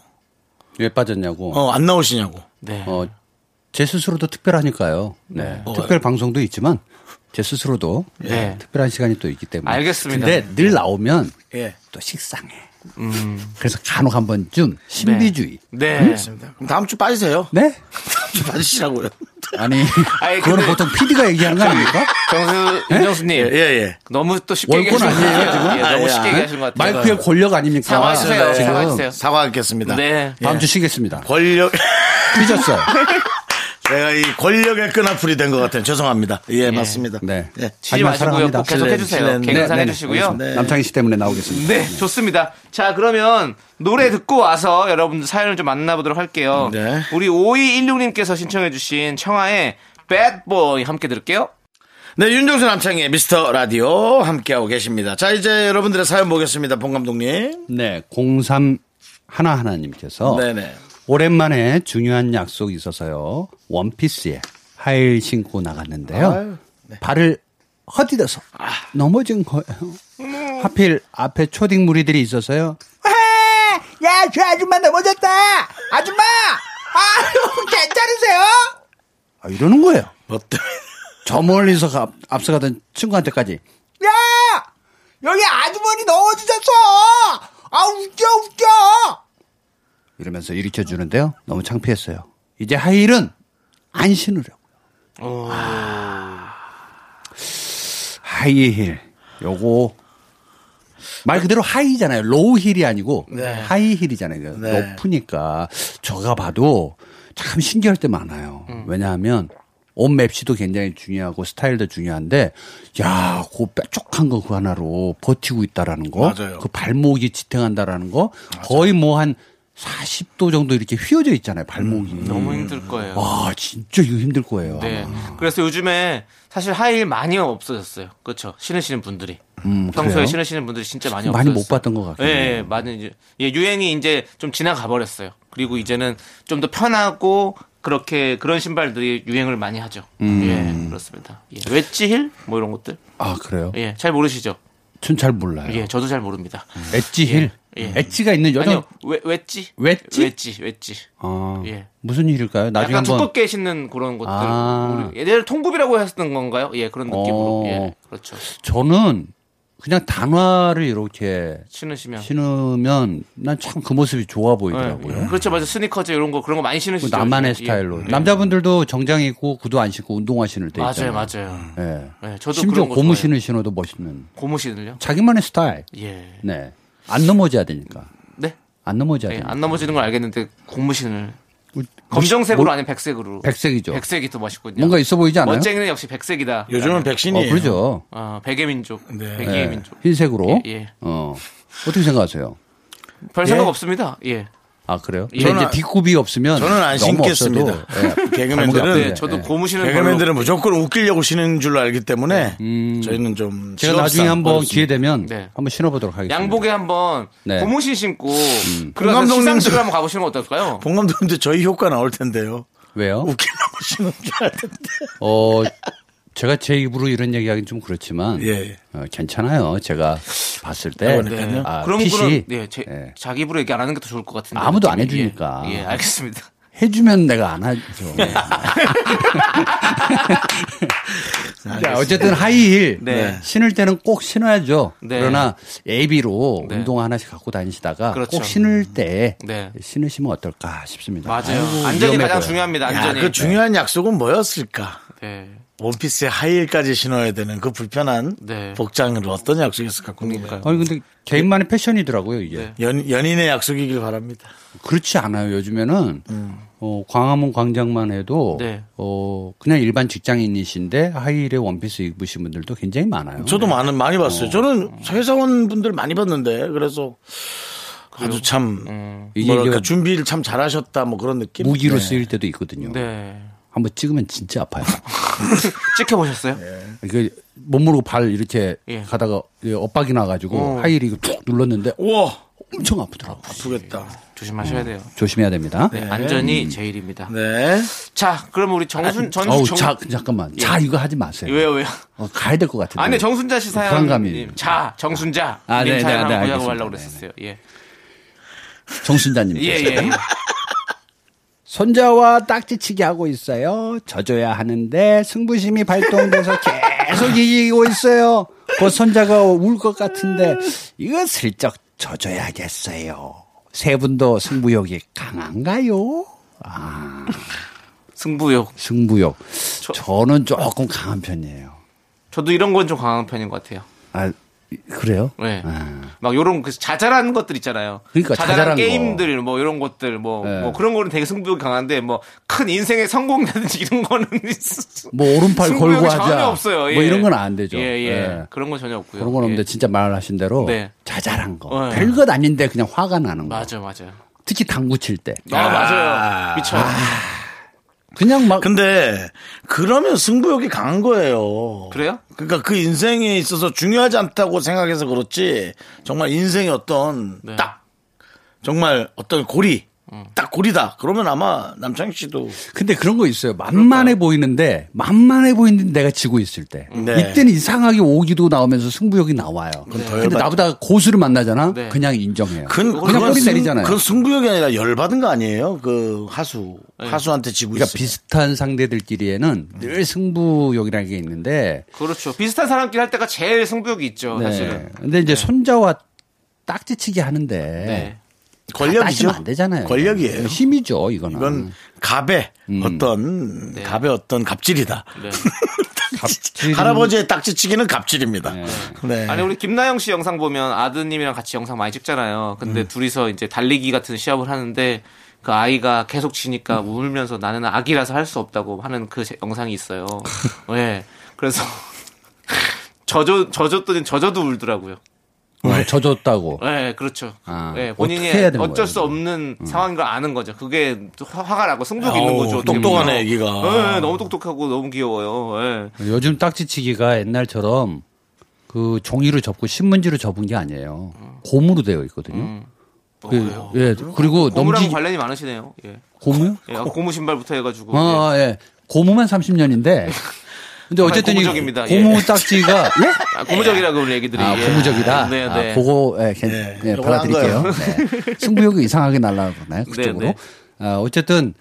E: 왜 빠졌냐고. 어.
A: 어, 안 나오시냐고.
B: 네.
E: 제 스스로도 특별하니까요. 네.
A: 어.
E: 특별 방송도 있지만 제 스스로도
B: 네.
E: 특별한 시간이 또 있기 때문에.
B: 알겠습니다.
E: 근데 늘 나오면
A: 예.
E: 또 식상해. 그래서 간혹 한 번쯤 신비주의.
B: 네.
A: 알겠습니다. 그럼 다음 주 빠지세요.
E: 네?
A: 다음 주 빠지시라고요.
E: 아니,
B: 아니, 근데-
E: 그거는 보통 PD가 얘기하는 거 아닙니까?
B: 정수, 윤정수님.
A: 예, 예.
B: 너무 또 쉽게
E: 월권
B: 얘기하시는 것
E: 아니에요,
B: 같아요.
E: 지금?
B: 예, 너무
A: 아,
B: 쉽게
A: 예.
B: 얘기하시는 것 같아요. 네.
E: 마이크의 네. 권력 아닙니까?
B: 사과하세요.
E: 지금
B: 사과하세요.
A: 사과하겠습니다.
B: 네.
E: 다음 주 쉬겠습니다.
A: 권력,
E: 삐졌어요.
A: 제가 이 권력의 끈앞풀이 된 것 같아요. 죄송합니다. 예, 맞습니다.
E: 네.
A: 예.
B: 치지
E: 하지만
B: 마시고요.
E: 사랑합니다.
B: 꼭 계속
A: 실례,
B: 해주세요.
A: 실례.
E: 네,
B: 개그상
E: 네, 네,
B: 해주시고요.
E: 알겠습니다. 남창희 씨 때문에 나오겠습니다.
B: 네, 좋습니다. 자, 그러면 노래 듣고 와서 여러분들 사연을 좀 만나보도록 할게요.
A: 네.
B: 우리 5216님께서 신청해주신 청하의 Bad Boy 함께 들을게요.
A: 네, 윤정수 남창의 미스터 라디오 함께하고 계십니다. 자, 이제 여러분들의 사연 보겠습니다. 봉 감독님.
E: 네, 03 하나 하나님께서
A: 네네.
E: 오랜만에 중요한 약속이 있어서요. 원피스에 하일 신고 나갔는데요.
D: 네.
E: 발을 헛디뎌서
D: 아.
E: 넘어진 거예요.
D: 음.
E: 하필 앞에 초딩 무리들이 있어서요.
D: 야, 저 아줌마 넘어졌다! 아줌마! 아유, 괜찮으세요?
E: 아, 이러는 거예요.
A: 뭐 때문에?
E: 저 멀리서 가- 앞서가던 친구한테까지
D: 야! 여기 아주머니 넘어지셨어! 아, 웃겨, 웃겨!
E: 이러면서 일으켜 주는데요. 너무 창피했어요. 이제 하일은 안 신으려고요.
A: 어.
E: 아. 하이힐 요거 말 그대로 하이잖아요. 로우힐이 아니고 하이힐이잖아요.
A: 네.
E: 높으니까 저가 봐도 참 신기할 때 많아요.
A: 음.
E: 왜냐하면 옷 맵시도 굉장히 중요하고 스타일도 중요한데 야, 그 뾰족한 거 그 하나로 버티고 있다라는 거,
A: 맞아요.
E: 그 발목이 지탱한다라는 거 거의 뭐 한 40도 정도 이렇게 휘어져 있잖아요. 발목이.
B: 음, 너무 힘들 거예요.
E: 와, 진짜 이거 힘들 거예요.
B: 네. 그래서 요즘에 사실 하이힐 많이 없어졌어요. 그렇죠. 신으시는 분들이. 평소에
E: 음, 그래요?
B: 신으시는 분들이 진짜 많이
E: 좀
B: 없어졌어요.
E: 많이 못 봤던 것 같긴
B: 예,
E: 해요.
B: 예, 많이 이제 예, 유행이 이제 좀 지나가 버렸어요. 그리고 이제는 좀 더 편하고 그렇게 그런 신발들이 유행을 많이 하죠.
E: 음.
B: 예, 그렇습니다. 예. 웨지힐 뭐 이런 것들.
E: 아, 그래요?
B: 예, 잘 모르시죠.
E: 전 잘 몰라요.
B: 예, 저도 잘 모릅니다.
E: 엣지 힐.
B: 예, 예.
E: 엣지가 있는 네. 음. 여자.
B: 아니요, 웨, 웨지,
E: 웨지?
B: 웨지, 웨지.
E: 아,
B: 예.
E: 무슨 일일까요? 나중에
B: 약간
E: 한번
B: 두껍게 신는 그런 것들.
E: 아.
B: 우리 예를 들어 통굽이라고 했던 건가요? 예, 그런 느낌으로.
E: 어.
B: 예, 그렇죠.
E: 저는 그냥 단화를 이렇게
B: 신으시면.
E: 신으면 난 참 그 모습이 좋아 보이더라고요.
B: 예. 그렇죠, 맞아. 스니커즈 이런 거 그런 거 많이
E: 그
B: 신으시죠.
E: 나만의
B: 예.
E: 스타일로.
B: 예.
E: 남자분들도 정장 입고 구두 안 신고 운동화 신을 때
B: 맞아요,
E: 있잖아요.
B: 맞아요.
E: 예.
B: 예, 저도
E: 심지어
B: 그런 거
E: 고무
B: 좋아해요.
E: 신을 신어도 멋있는.
B: 고무신을요?
E: 자기만의 스타일.
B: 예.
E: 네. 안 넘어져야 되니까.
B: 네.
E: 안 넘어져야
B: 예,
E: 되니까.
B: 안 넘어지는 걸 알겠는데 고무신을
E: 우리-
B: 검정색으로
E: 뭐-
B: 아니면 백색으로.
E: 백색이죠.
B: 백색이 더 멋있거든요.
E: 뭔가 있어 보이지 않아요?
B: 멋쟁이는 역시 백색이다.
A: 요즘은
E: 어,
A: 백신이에요.
E: 그러죠.
B: 어, 백의 민족.
A: 네.
B: 백의
E: 예.
B: 민족.
E: 흰색으로.
B: 예, 예.
E: 어. 어떻게 생각하세요?
B: 별 생각 없습니다. 예.
E: 아, 그래요?
B: 예.
E: 저는
A: 저는
E: 이제 뒷굽이 없으면
A: 저는 안
E: 너무
A: 신겠습니다.
E: 없어도, 예.
A: 개그맨들은
E: 네,
B: 네, 저도 고무신을
A: 개그맨들은 무조건 웃기려고 쉬는 줄로 알기 때문에
B: 음.
A: 저희는 좀
E: 제가
A: 실업상
E: 나중에 한번
A: 어렵습니다.
E: 기회 되면
B: 네.
E: 한번 신어보도록 하겠습니다.
B: 양복에 한번
E: 네. 음.
B: 고무신 신고
A: 본
B: 그런
A: 감독님도-
B: 시상식을 한번 가보시는 거 어떨까요?
A: 봉 감독님도 저희 효과 나올 텐데요.
E: 왜요?
A: 웃기려고 쉬는 줄 알았는데.
E: 어, 제가 제 입으로 이런 얘기하기는 좀 그렇지만
A: 예.
E: 어, 괜찮아요. 제가 봤을 때
A: 그러니까요.
E: 아,
B: 그런
E: 핏이
B: 거는 예, 제,
E: 예.
B: 자기 입으로 얘기 안 하는 게 더 좋을 것 같은데.
E: 아무도 안
B: 느낌이.
E: 해주니까.
B: 예, 예, 알겠습니다.
E: 해주면 내가 안 하죠. 자, 어쨌든 하이힐
B: 네.
E: 신을 때는 꼭 신어야죠.
B: 네.
E: 그러나 예비로
B: 네.
E: 운동화 하나씩 갖고 다니시다가
B: 그렇죠.
E: 꼭 신을 때
B: 네.
E: 신으시면 어떨까 싶습니다.
B: 맞아요.
E: 아이고,
B: 안전이
E: 위험해
B: 가장
E: 보여요.
B: 중요합니다.
A: 야,
B: 안전이.
A: 그 중요한 약속은 뭐였을까?
B: 네.
A: 원피스에 하이힐까지 신어야 되는 그 불편한
B: 네.
A: 복장으로 어떤 약속이었을까 궁금해요.
E: 아니 근데 개인만의 패션이더라고요 이게.
B: 네.
A: 연, 연인의 약속이길 바랍니다.
E: 그렇지 않아요. 요즘에는 어, 광화문 광장만 해도
B: 음. 네.
E: 어, 그냥 일반 직장인이신데 하이힐에 원피스 입으신 분들도 굉장히 많아요.
A: 저도 많은 많이 네. 봤어요. 저는 회사원 분들 많이 봤는데 그래서 아주 참
E: 이게
A: 뭐랄까
E: 이제
A: 준비를 참 잘하셨다 뭐 그런 느낌.
E: 무기로
A: 네.
E: 쓰일 때도 있거든요.
B: 네.
E: 한번 찍으면 진짜 아파요.
B: 찍혀보셨어요?
A: 네.
E: 이게 못 모르고 발 이렇게
B: 예. 어.
E: 가다가 이게 엇박이 나가지고 하이힐이 이거 툭 눌렀는데 어,
A: 우와
E: 엄청 아프더라고. 요
A: 아프겠다.
B: 조심하셔야 돼요.
E: 조심해야 됩니다.
B: 네, 안전이 제일입니다.
A: 음. 네.
B: 자, 그럼 우리 정순, 전,
E: 음. 아, 어우,
B: 정, 예.
E: 자, 잠깐만. 자, 이거 하지 마세요.
B: 왜요, 왜요?
E: 어, 가야 될 것 같은데.
B: 아니, 정순자 씨 사연.
E: 불안감이.
B: 자, 정순자.
E: 아,
B: 님
E: 네,
B: 사연
E: 네, 네,
B: 한번 보자고
E: 알겠습니다.
B: 하려고
E: 네, 네.
B: 그랬었어요. 예.
E: 정순자님.
B: 예, 예. 예.
E: 손자와 딱지치기 하고 있어요. 져줘야 하는데 승부심이 발동돼서 계속 이기고 있어요. 곧 손자가 울 것 같은데 이거 슬쩍 져줘야겠어요. 세 분도 승부욕이 강한가요? 아.
B: 승부욕.
E: 승부욕. 저는 조금 강한 편이에요.
B: 저도 이런 건 좀 강한 편인 것 같아요.
E: 아 그래요?
B: 네.
E: 아.
B: 막 요런 그 자잘한 것들 있잖아요.
E: 그러니까 자잘한 거.
B: 게임들 뭐 이런 것들 뭐,
E: 네.
B: 뭐 그런 거는 되게 승부욕이 강한데 뭐 큰 인생의 성공이라든지 이런 거는
E: 뭐 오른팔
B: 승부욕이
E: 걸고
B: 전혀
E: 하자.
B: 없어요. 예.
E: 뭐 이런 건 안 되죠.
B: 예, 예.
E: 예.
B: 그런 건 전혀 없고요.
E: 그런 건 없는데
B: 예.
E: 진짜 말하신 대로
B: 네.
E: 자잘한 거.
B: 네.
E: 별것 아닌데 그냥 화가 나는 거.
B: 맞아요, 맞아요.
E: 특히 당구 칠 때.
B: 아, 맞아요. 미쳐.
E: 그냥 막
A: 근데 그러면 승부욕이 강한 거예요.
B: 그래요?
A: 그러니까 그 인생에 있어서 중요하지 않다고 생각해서 그렇지 정말 인생의 어떤
B: 네. 음.
A: 딱 정말 어떤 고리 딱 고리다. 그러면 아마 남창희 씨도
E: 근데 그런 거 있어요. 만만해 보이는데 만만해 보이는데 내가 지고 있을 때
A: 네.
E: 이때는 이상하게 오기도 나오면서 승부욕이 나와요.
A: 더
E: 근데
A: 열받-
E: 나보다 고수를 만나잖아.
B: 네.
E: 그냥 인정해요.
A: 그건
E: 그냥
A: 그건
E: 꼬리
A: 승-
E: 내리잖아요.
A: 그건 승부욕이 아니라 열받은 거 아니에요? 그 하수
B: 네.
A: 하수한테 지고
E: 그러니까
A: 있어.
E: 비슷한 상대들끼리에는 늘 승부욕이라는 게 있는데
B: 그렇죠. 비슷한 사람끼리 할 때가 제일 승부욕이 있죠,
E: 네.
B: 사실은.
E: 근데 이제 손자와 딱지치기 하는데
B: 네.
A: 권력이죠.
E: 따지면 음. 안 되잖아요.
A: 권력이에요.
E: 힘이죠, 이거는.
A: 이건 갑의
E: 음.
A: 어떤
B: 네.
A: 갑의 어떤 갑질이다.
E: 갑질-
A: 할아버지의 딱지치기는 갑질입니다. 네.
B: 아니 우리 김나영 씨 영상 보면 아드님이랑 같이 영상 많이 찍잖아요.
E: 음.
B: 근데 둘이서 이제 달리기 같은 시합을 하는데 그 아이가 계속 지니까
E: 음.
B: 울면서 나는 아기라서 할 수 없다고 하는 그 제- 영상이 있어요. 예. 그래서 젖어 젖었더니 젖어도 울더라고요.
E: 어, 젖었다고.
B: 예, 그렇죠.
E: 아,
B: 예, 본인이
E: 어떻게 해야 되는
B: 어쩔
E: 거예요, 음.
B: 수 없는 상황인 걸 아는 거죠. 그게 화- 화가 나고 승부욕 있는
A: 아우,
B: 거죠. 어떻게
A: 똑똑하네,
B: 보면.
A: 애기가.
B: 예, 너무 똑똑하고 너무 귀여워요. 예.
E: 요즘 딱지치기가 옛날처럼 그 종이로 접고 신문지로 접은 게 아니에요. 고무로 되어 있거든요. 그, 예, 그리고
B: 고무랑
E: 넘지
B: 어, 관련이 많으시네요. 예.
E: 고무요?
B: 예, 아, 고무 신발부터 해가지고. 예.
E: 아, 예. 고무만 30년인데. 근데 어쨌든 이
B: 고무적입니다. 예.
E: 고무 딱지가 예?
B: 아, 고무적이라고 우리 애기들이.
E: 아,
B: 예.
E: 고무적이다.
B: 네, 네.
E: 아, 그거 예, 괜-
A: 예,
E: 예,
A: 요건
E: 받아드릴게요.
A: 한
E: 네. 승부욕이 이상하게 날라가나요? 그쪽으로.
B: 네. 음.
E: 아, 어쨌든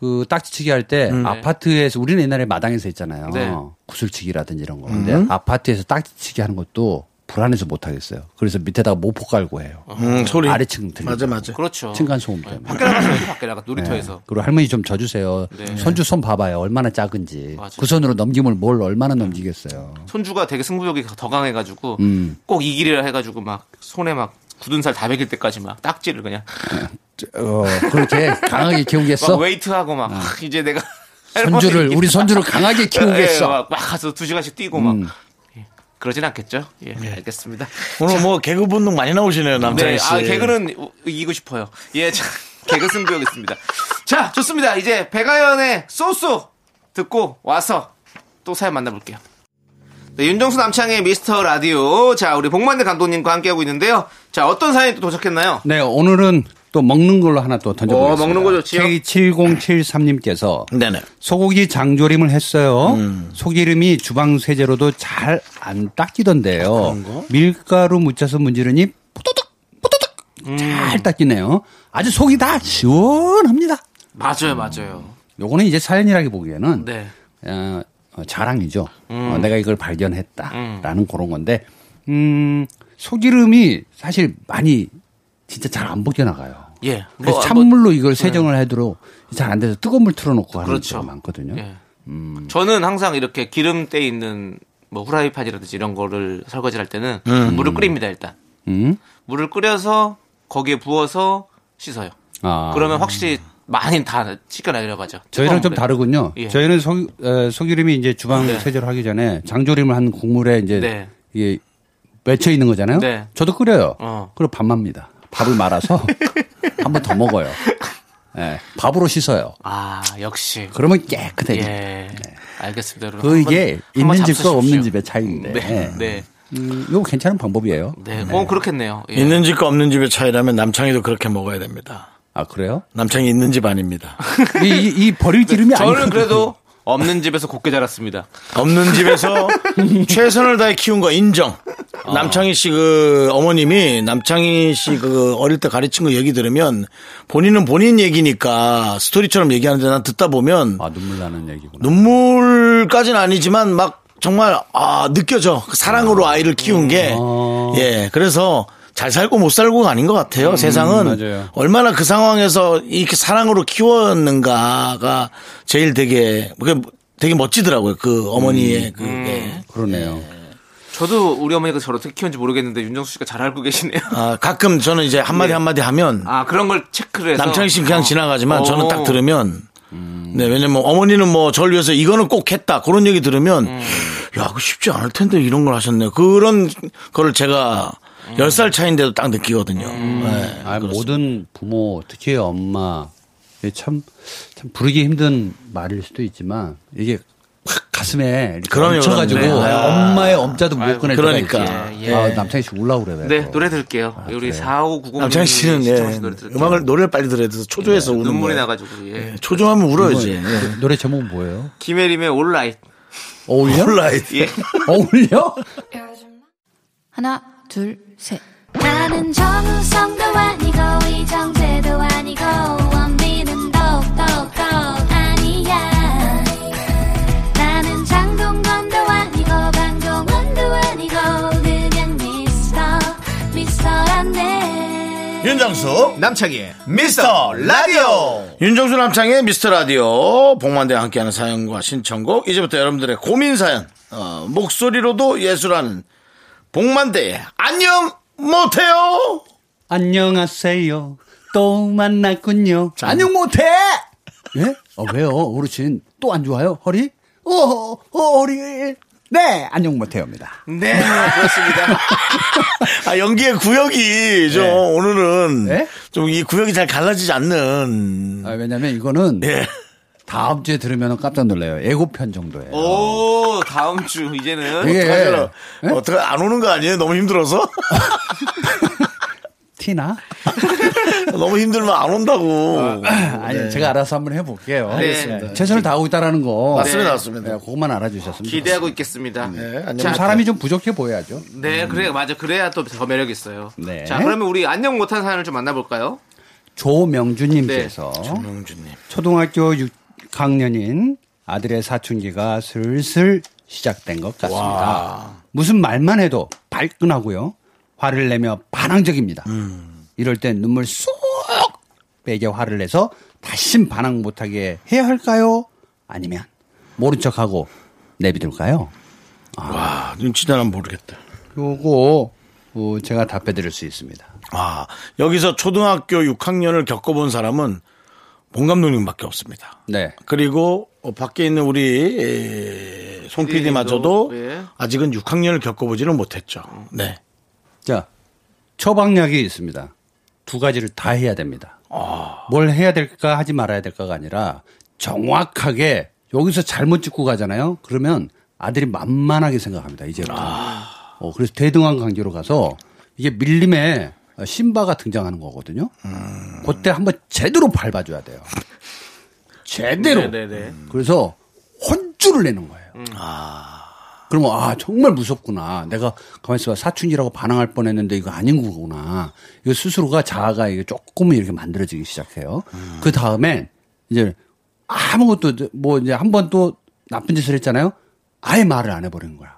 E: 그 딱지치기 할 때 아파트에서 우리는 옛날에 마당에서 했잖아요.
B: 네.
E: 구슬치기라든지 이런
A: 음.
E: 거. 근데 아파트에서 딱지치기 하는 것도 불안해서 못 하겠어요. 그래서 밑에다가 모포 깔고 해요.
A: 음, 소리
E: 아래층 들리
A: 맞아 맞아.
B: 그렇죠.
E: 층간 네. 소음 때문에.
B: 밖에 나가서 밖에 나가 놀이터에서.
E: 그리고 할머니 좀 져주세요. 손주 손 봐봐요. 얼마나 작은지.
B: 네. 맞아요.
E: 그 손으로 넘김을 뭘 얼마나 넘기겠어요.
B: 손주가 되게 승부욕이 더 강해가지고
E: 음.
B: 꼭 이기리라 해가지고 막 손에 막 굳은 살 다 베길 때까지 막 딱지를 그냥
E: 어, 그렇게 강하게
B: 막
E: 키우겠어?
B: 웨이트하고 막 아, 이제 내가
E: 손주를, 우리 손주를 강하게
B: 예,
E: 키우겠어? 음.
B: 막, 막 가서 두 시간씩 뛰고 막 예, 그러진 않겠죠. 예,
E: 네.
B: 알겠습니다.
A: 오늘 뭐 개그 본능 많이 나오시네요 남창희
B: 네,
A: 씨.
B: 아 개그는 이기고 싶어요. 예, 자, 개그 승부욕 있습니다. 자, 좋습니다. 이제 백아연의 소소 듣고 와서 또 사연 만나볼게요. 네, 윤정수 남창의 미스터 라디오. 자, 우리 복만대 감독님과 함께하고 있는데요. 자, 어떤 사연이 또 도착했나요?
E: 네, 오늘은 또 먹는 걸로 하나 또 던져보겠습니다.
B: 어, 먹는 거 좋지요?
E: K7073님께서
A: 네네.
E: 소고기 장조림을 했어요. 소기름이 주방 세제로도 잘 안 닦이던데요. 밀가루 묻혀서 문지르니 뿌도득 뿌도득
B: 음.
E: 잘 닦이네요. 아주 속이 다 시원합니다.
B: 맞아요, 맞아요.
E: 요거는 이제 사연이라기 보기에는
B: 네. 음.
E: 어, 어, 자랑이죠. 어, 내가 이걸 발견했다라는 그런 건데 음, 소기름이 사실 많이 진짜 잘 안 벗겨나가요.
B: 예.
E: 그래서
B: 뭐, 뭐,
E: 찬물로 이걸 세정을 해도록 잘 안 돼서 뜨거운 물 틀어놓고 하는
B: 그렇죠.
E: 경우가 많거든요.
B: 예. 저는 항상 이렇게 기름때 있는 뭐 후라이팬이라든지 이런 거를 설거지할 때는 물을 끓입니다, 일단.
E: 음?
B: 물을 끓여서 거기에 부어서 씻어요.
E: 아.
B: 그러면 확실히 많이 다 씻겨내려고 하죠.
E: 저희랑
B: 뜨거운
E: 좀
B: 물에.
E: 다르군요.
B: 예.
E: 저희는 소, 에, 소기름이 이제 주방
B: 네.
E: 세제를 하기 전에 장조림을 한 국물에 이제
B: 네.
E: 이게 맺혀 있는 거잖아요.
B: 네.
E: 저도 끓여요.
B: 어.
E: 그리고 밥 맙니다. 밥을 말아서 한 번 더 먹어요. 예, 밥으로 씻어요.
B: 아, 역시.
E: 그러면 깨끗해요.
B: 예. 알겠습니다. 여러분.
E: 네. 그
B: 한번-
E: 이게
B: 한번
E: 있는 집과
B: 잡수십시오.
E: 없는 집의 차이인데.
B: 네. 네.
E: 음, 이거 괜찮은 방법이에요.
B: 네. 어, 그렇겠네요. 예.
A: 있는 집과 없는 집의 차이라면 남창희도 그렇게 먹어야 됩니다.
E: 아 그래요?
A: 남창희 있는 집 아닙니다.
E: 이, 이, 이 버릴 기름이 아니에요.
B: 저는 그래도 없는 집에서 곱게 자랐습니다.
A: 없는 집에서 최선을 다해 키운 거 인정.
B: 아.
A: 남창희 씨 그 어머님이 남창희 씨 그 어릴 때 가르친 거 얘기 들으면 본인은 본인 얘기니까 스토리처럼 얘기하는데 난 듣다 보면
E: 아 눈물 나는 얘기구나.
A: 눈물까지는 아니지만 막 정말 아 느껴져 그 사랑으로 아이를 키운 게 예 그래서 잘 살고 못 살고가 아닌 것 같아요 세상은
E: 음, 맞아요.
A: 얼마나 그 상황에서 이렇게 사랑으로 키웠는가가 제일 되게 그게 되게 멋지더라고요 그
E: 음,
A: 어머니의 그게
B: 예.
E: 그러네요.
B: 저도 우리 어머니가 저를 어떻게 키웠는지 모르겠는데 윤정수 씨가 잘 알고 계시네요.
A: 아, 가끔 저는 이제
E: 네.
A: 한마디 한마디 하면
B: 아, 그런 걸 체크를 해서.
A: 남창희 씨는 그냥
B: 어.
A: 지나가지만 저는
B: 어. 음.
A: 딱 들으면 네, 왜냐면 어머니는 뭐 저를 위해서 이거는 꼭 했다. 그런 얘기 들으면
B: 음.
A: 야, 그 쉽지 않을 텐데 이런 걸 하셨네. 그런 거를 제가
B: 음.
A: 열 10살 차인데도 딱 느끼거든요. 네,
E: 아,
A: 그렇습니다.
E: 모든 부모, 특히 엄마, 이게 참, 참 부르기 힘든 말일 수도 있지만, 이게 확 가슴에 이렇게
A: 그럼요,
E: 얹혀가지고
A: 그럼요. 네.
E: 엄마의 엄자도 못
B: 아이고,
E: 꺼낼
A: 그러니까.
E: 때가 있지.
B: 예, 예.
E: 아, 남창희 씨 올라 그래.
B: 네, 노래 들을게요. 우리 4590.
A: 남창희
B: 음.
A: 씨는 예,
B: 노래 들을게요.
A: 음악을 노래를 빨리 들어야 돼서 초조해서 우는 거예요.
B: 눈물이
A: 네.
B: 나가지고, 예.
A: 초조하면 울어야지. 예.
E: 노래 제목은 뭐예요?
B: 김혜림의 온라인.
E: 어울려?
A: 콜라이트.
B: 예.
E: 어울려?
F: 하나, 둘, 셋.
C: 나는 정우성도 아니고 이정재도 아니고 원빈은 더욱더 아니야 나는 장동건도 아니고 방종원도 아니고 그냥 미스터 미스터란데
A: 윤정수
G: 남창희의 미스터 라디오
A: 윤정수 남창의 미스터 라디오 복만대와 함께하는 사연과 신청곡 이제부터 여러분들의 고민 사연 어, 목소리로도 예술하는 복만대의 안녕 못해요
E: 안녕하세요. 또 만났군요. 안녕 못해. 예? 어, 왜요? 어르신 또 안 좋아요? 허리? 어, 어, 허리. 네, 안녕 못해요입니다.
B: 네, 그렇습니다.
A: 아 연기의 구역이 좀 오늘은
E: 네?
A: 좀 이 구역이 잘 갈라지지 않는
E: 아, 왜냐면 이거는
A: 예.
E: 다음 주에 들으면 깜짝 놀라요. 예고편 정도예요.
B: 오, 다음 주, 이제는.
E: 이게
A: 어, 어떡하죠? 어떻게 안 오는 거 아니에요? 너무 힘들어서
E: 티나?
A: 너무 힘들면 안 온다고
E: 아니,
A: 네.
E: 제가 알아서 한번 해볼게요.
B: 알겠습니다.
E: 네, 최선을 다하고 있다라는 거.
A: 맞습니다,
E: 네.
A: 맞습니다.
E: 네, 그것만 알아주셨습니다.
B: 기대하고 있겠습니다.
E: 좀 사람이 좀 부족해 보여야죠.
B: 네, 그래, 맞아. 그래야 또 더 매력 있어요.
E: 네.
B: 자, 그러면 우리 안녕 못한 사연을 좀 만나볼까요?
A: 네.
E: 조명주님께서 초등학교 6학년인 아들의 사춘기가 슬슬 시작된 것 같습니다. 무슨 말만 해도 발끈하고요. 화를 내며 반항적입니다. 이럴 땐 눈물 쏙 빼게 화를 내서 다신 반항 못하게 해야 할까요? 아니면 모른 척하고 내비둘까요?
A: 와 아, 눈치도 난 모르겠다
E: 요거 어, 제가 답해드릴 수 있습니다.
A: 아, 여기서 초등학교 6학년을 겪어본 사람은 봉 감독님밖에 없습니다.
E: 네.
A: 그리고 어, 밖에 있는 우리 에, 송 PD마저도
B: 예.
A: 아직은 6학년을 겪어보지는 못했죠. 네.
E: 자, 처방약이 있습니다. 두 가지를 다 해야 됩니다.
B: 아.
E: 뭘 해야 될까 하지 말아야 될까가 아니라 정확하게 여기서 잘못 짚고 가잖아요. 그러면 아들이 만만하게 생각합니다. 이제부터.
B: 아.
E: 어, 그래서 대등한 관계로 가서 이게 밀림에 신바가 등장하는 거거든요.
B: 음.
E: 그때 한번 제대로 밟아줘야 돼요. 제대로.
B: 네네.
E: 그래서 혼쭐을 내는 거예요. 그러면 아 정말 무섭구나. 내가 가만히 있어봐 사춘기라고 반항할 뻔했는데 이거 아닌 거구나. 이거 스스로가 자아가 이게 조금은 이렇게 만들어지기 시작해요. 그 다음에 이제 아무것도 뭐 이제 한 번 또 나쁜 짓을 했잖아요. 아예 말을 안 해버리는 거야.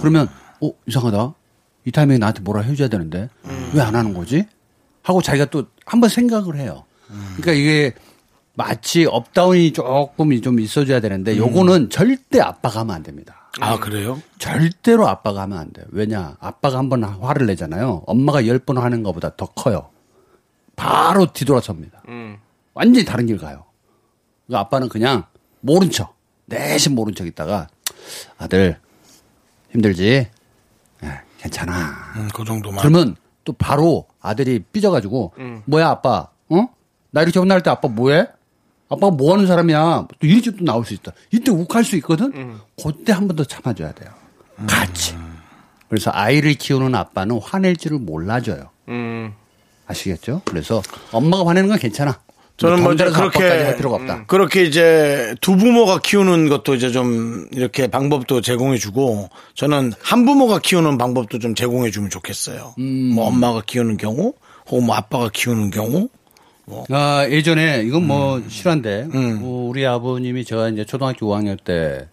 E: 그러면 어 이상하다. 이 타이밍에 나한테 뭐라 해줘야 되는데 왜 안 하는 거지? 하고 자기가 또 한번 생각을 해요. 그러니까 이게 마치 업다운이 조금 좀 있어줘야 되는데 요거는 절대 아빠가 하면 안 됩니다.
A: 아, 그래요?
E: 절대로 아빠가 하면 안 돼요. 왜냐 아빠가 한 번 화를 내잖아요. 엄마가 열 번 하는 것보다 더 커요. 바로 뒤돌아섭니다. 완전히 다른 길 가요. 그러니까 아빠는 그냥 모른 척 내심 모른 척 있다가 아들 힘들지? 예, 괜찮아.
A: 음, 그 정도만. 음.
E: 그러면 또 바로 아들이 삐져가지고 뭐야 아빠 어? 나 이렇게 혼날 때 아빠 뭐해? 아빠가 뭐 하는 사람이야 또 이런 집도 나올 수 있다 이때 욱할 수 있거든
A: 음.
E: 그때 한 번 더 참아줘야 돼요 같이 그래서 아이를 키우는 아빠는 화낼 줄을 몰라줘요
B: 음.
E: 아시겠죠? 그래서 엄마가 화내는 건 괜찮아
A: 저는 뭐 이제
E: 덩달아서 아빠까지 할
A: 그렇게 음.
E: 필요가 없다
A: 그렇게 이제 두 부모가 키우는 것도 이제 좀 이렇게 방법도 제공해 주고 저는 한 부모가 키우는 방법도 좀 제공해 주면 좋겠어요.
E: 음.
A: 뭐 엄마가 키우는 경우 혹은 뭐 아빠가 키우는 경우
E: 아, 예전에 이건 뭐 실한데 뭐 우리 아버님이 제가 이제 초등학교 5학년 때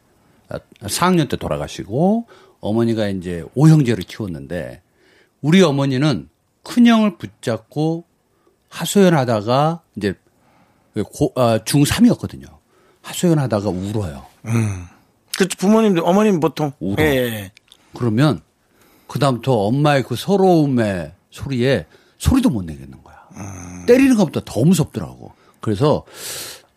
E: 아, 4학년 때 돌아가시고 어머니가 이제 오형제를 키웠는데 우리 어머니는 큰형을 붙잡고 하소연하다가 이제 고, 아, 중3이었거든요. 하소연하다가 울어요.
A: 그 부모님들 어머님 보통
E: 울어.
A: 예, 예.
E: 그러면 그다음부터 엄마의 그 서러움의 소리에 소리도 못 내겠는 거야. 때리는 것보다 더 무섭더라고. 그래서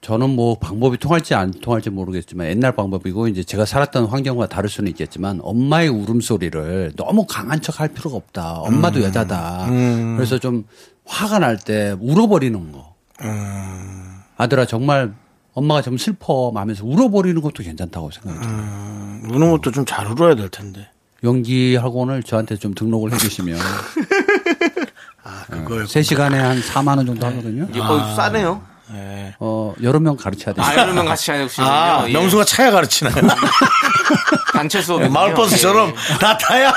E: 저는 뭐 방법이 통할지 안 통할지 모르겠지만 옛날 방법이고 이제 제가 살았던 환경과 다를 수는 있겠지만 엄마의 울음소리를 너무 강한 척 할 필요가 없다. 엄마도 여자다. 그래서 좀 화가 날 때 울어버리는 거. 아들아 정말 엄마가 좀 슬퍼 하면서 울어버리는 것도 괜찮다고 생각해요.
A: 우는 것도 좀 잘 울어야 될 텐데.
E: 연기 학원을 저한테 좀 등록을 해주시면
B: 아,
E: 네.
A: 그걸.
E: 세시간에한 4만 원 정도 하거든요.
A: 아.
B: 어, 싸네요.
E: 어, 여러 명 가르쳐야 돼요.
B: 예. 아, 여러 명 같이 하는 혹시.
A: 아,
B: 예.
A: 명수가 차야 가르치나요?
B: 단체 수업.
A: 마을버스처럼 나 타야.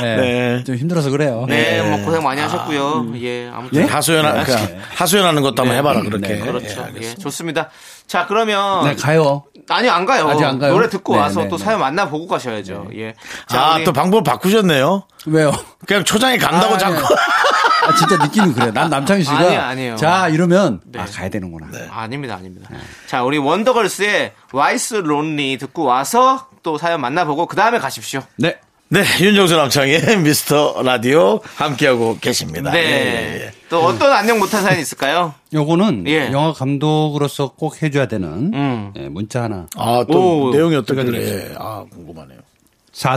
E: 예. 네.
A: 네.
E: 좀 힘들어서 그래요.
A: 예.
B: 네, 뭐 고생
A: 아.
B: 많이 하셨고요. 예, 아무튼.
E: 네?
A: 하소연하, 그냥 하소연하는 것도 한번 해봐라, 그렇게. 예,
B: 그렇죠.
A: 알겠습니다.
B: 예, 좋습니다. 자, 그러면.
E: 네, 가요.
B: 아니, 안 가요.
E: 아직 안 가요?
B: 노래 듣고
E: 네,
B: 와서
E: 네,
B: 또
E: 네.
B: 사연 만나보고 가셔야죠. 예.
A: 아,
B: 우리-
A: 또 방법 바꾸셨네요.
E: 왜요?
A: 그냥 초장에 간다고
E: 아,
A: 자꾸.
E: 아니에요. 아, 진짜 느낌이 그래. 난 남창희 씨가.
B: 아니에요, 아니에요. 네.
E: 자, 이러면. 아, 가야 되는구나.
B: 아닙니다, 아닙니다.
E: 네.
B: 자, 우리 원더걸스의 와이스 론리 듣고 와서 또 사연 만나보고 그 다음에 가십시오.
E: 네.
A: 네, 윤정수 남창의 미스터 라디오 함께하고
E: 아,
A: 계십니다.
B: 네.
A: 예, 예, 예.
B: 또 어떤 안녕 못한 사연이 있을까요?
E: 요거는
B: 예.
E: 영화 감독으로서 꼭 해줘야 되는
B: 음.
E: 예, 문자 하나.
A: 아, 또
B: 오,
A: 내용이 어떻길래. 예, 아, 궁금하네요.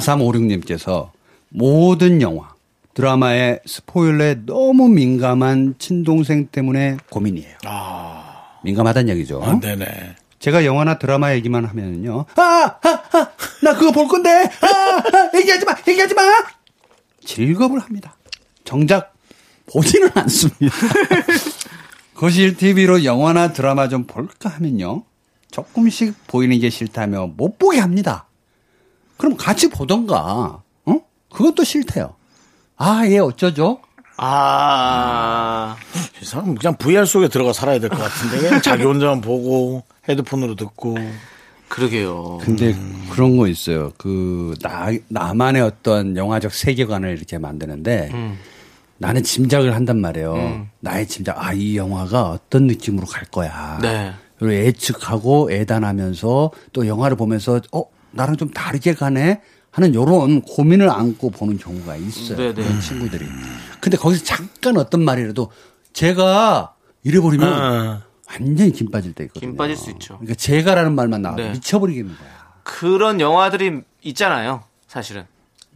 E: 4356님께서 모든 영화, 드라마의 스포일러에 너무 민감한 친동생 때문에 고민이에요. 민감하단 얘기죠.
B: 어?
A: 아, 네네.
E: 제가 영화나 드라마 얘기만 하면요. 아, 아, 아, 나 그거 볼 건데. 아, 아, 얘기하지 마, 얘기하지 마. 즐겁을 합니다. 정작 보지는 않습니다. 거실 TV로 영화나 드라마 좀 볼까 하면요. 조금씩 보이는 게 싫다며 못 보게 합니다. 그럼 같이 보던가. 어? 그것도 싫대요. 아, 얘 어쩌죠?
B: 아,
A: 이 사람 그냥 VR 속에 들어가 살아야 될 것 같은데. 그냥 자기 혼자만 보고, 헤드폰으로 듣고.
B: 그러게요.
E: 근데
B: 음.
E: 그런 거 있어요. 그, 나, 나만의 어떤 영화적 세계관을 이렇게 만드는데
B: 음.
E: 나는 짐작을 한단 말이에요. 나의 짐작. 아, 이 영화가 어떤 느낌으로 갈 거야.
B: 네.
E: 그리고 예측하고 예단하면서 또 영화를 보면서 어, 나랑 좀 다르게 가네? 하는 요런 고민을 안고 보는 경우가 있어요.
B: 네, 네.
E: 그런 친구들이. 근데 거기서 잠깐 어떤 말이라도
B: 어.
E: 제가 이래버리면
A: 아.
E: 완전히 김 빠질 때 있거든요.
B: 김 빠질 수 있죠.
E: 그러니까 제가라는 말만 나와
B: 네.
E: 미쳐버리겠는 거야.
B: 그런 영화들이 있잖아요. 사실은.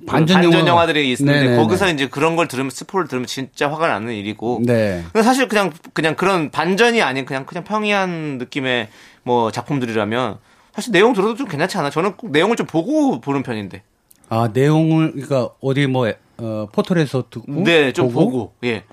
E: 반전
B: 반전
E: 영화.
B: 영화들이 있는데
E: 네네네.
B: 거기서 이제 그런 걸 들으면 스포를 들으면 진짜 화가 나는 일이고.
E: 네.
B: 근데 사실 그냥 그냥 그런 반전이 아닌 그냥 그냥 평이한 느낌의 뭐 작품들이라면 사실 내용 들어도 좀 괜찮지 않아. 저는 꼭 내용을 좀 보고 보는 편인데.
E: 아 내용을 그러니까 어디 뭐 어, 포털에서 듣고 아.
B: 네, 좀 보고. 예.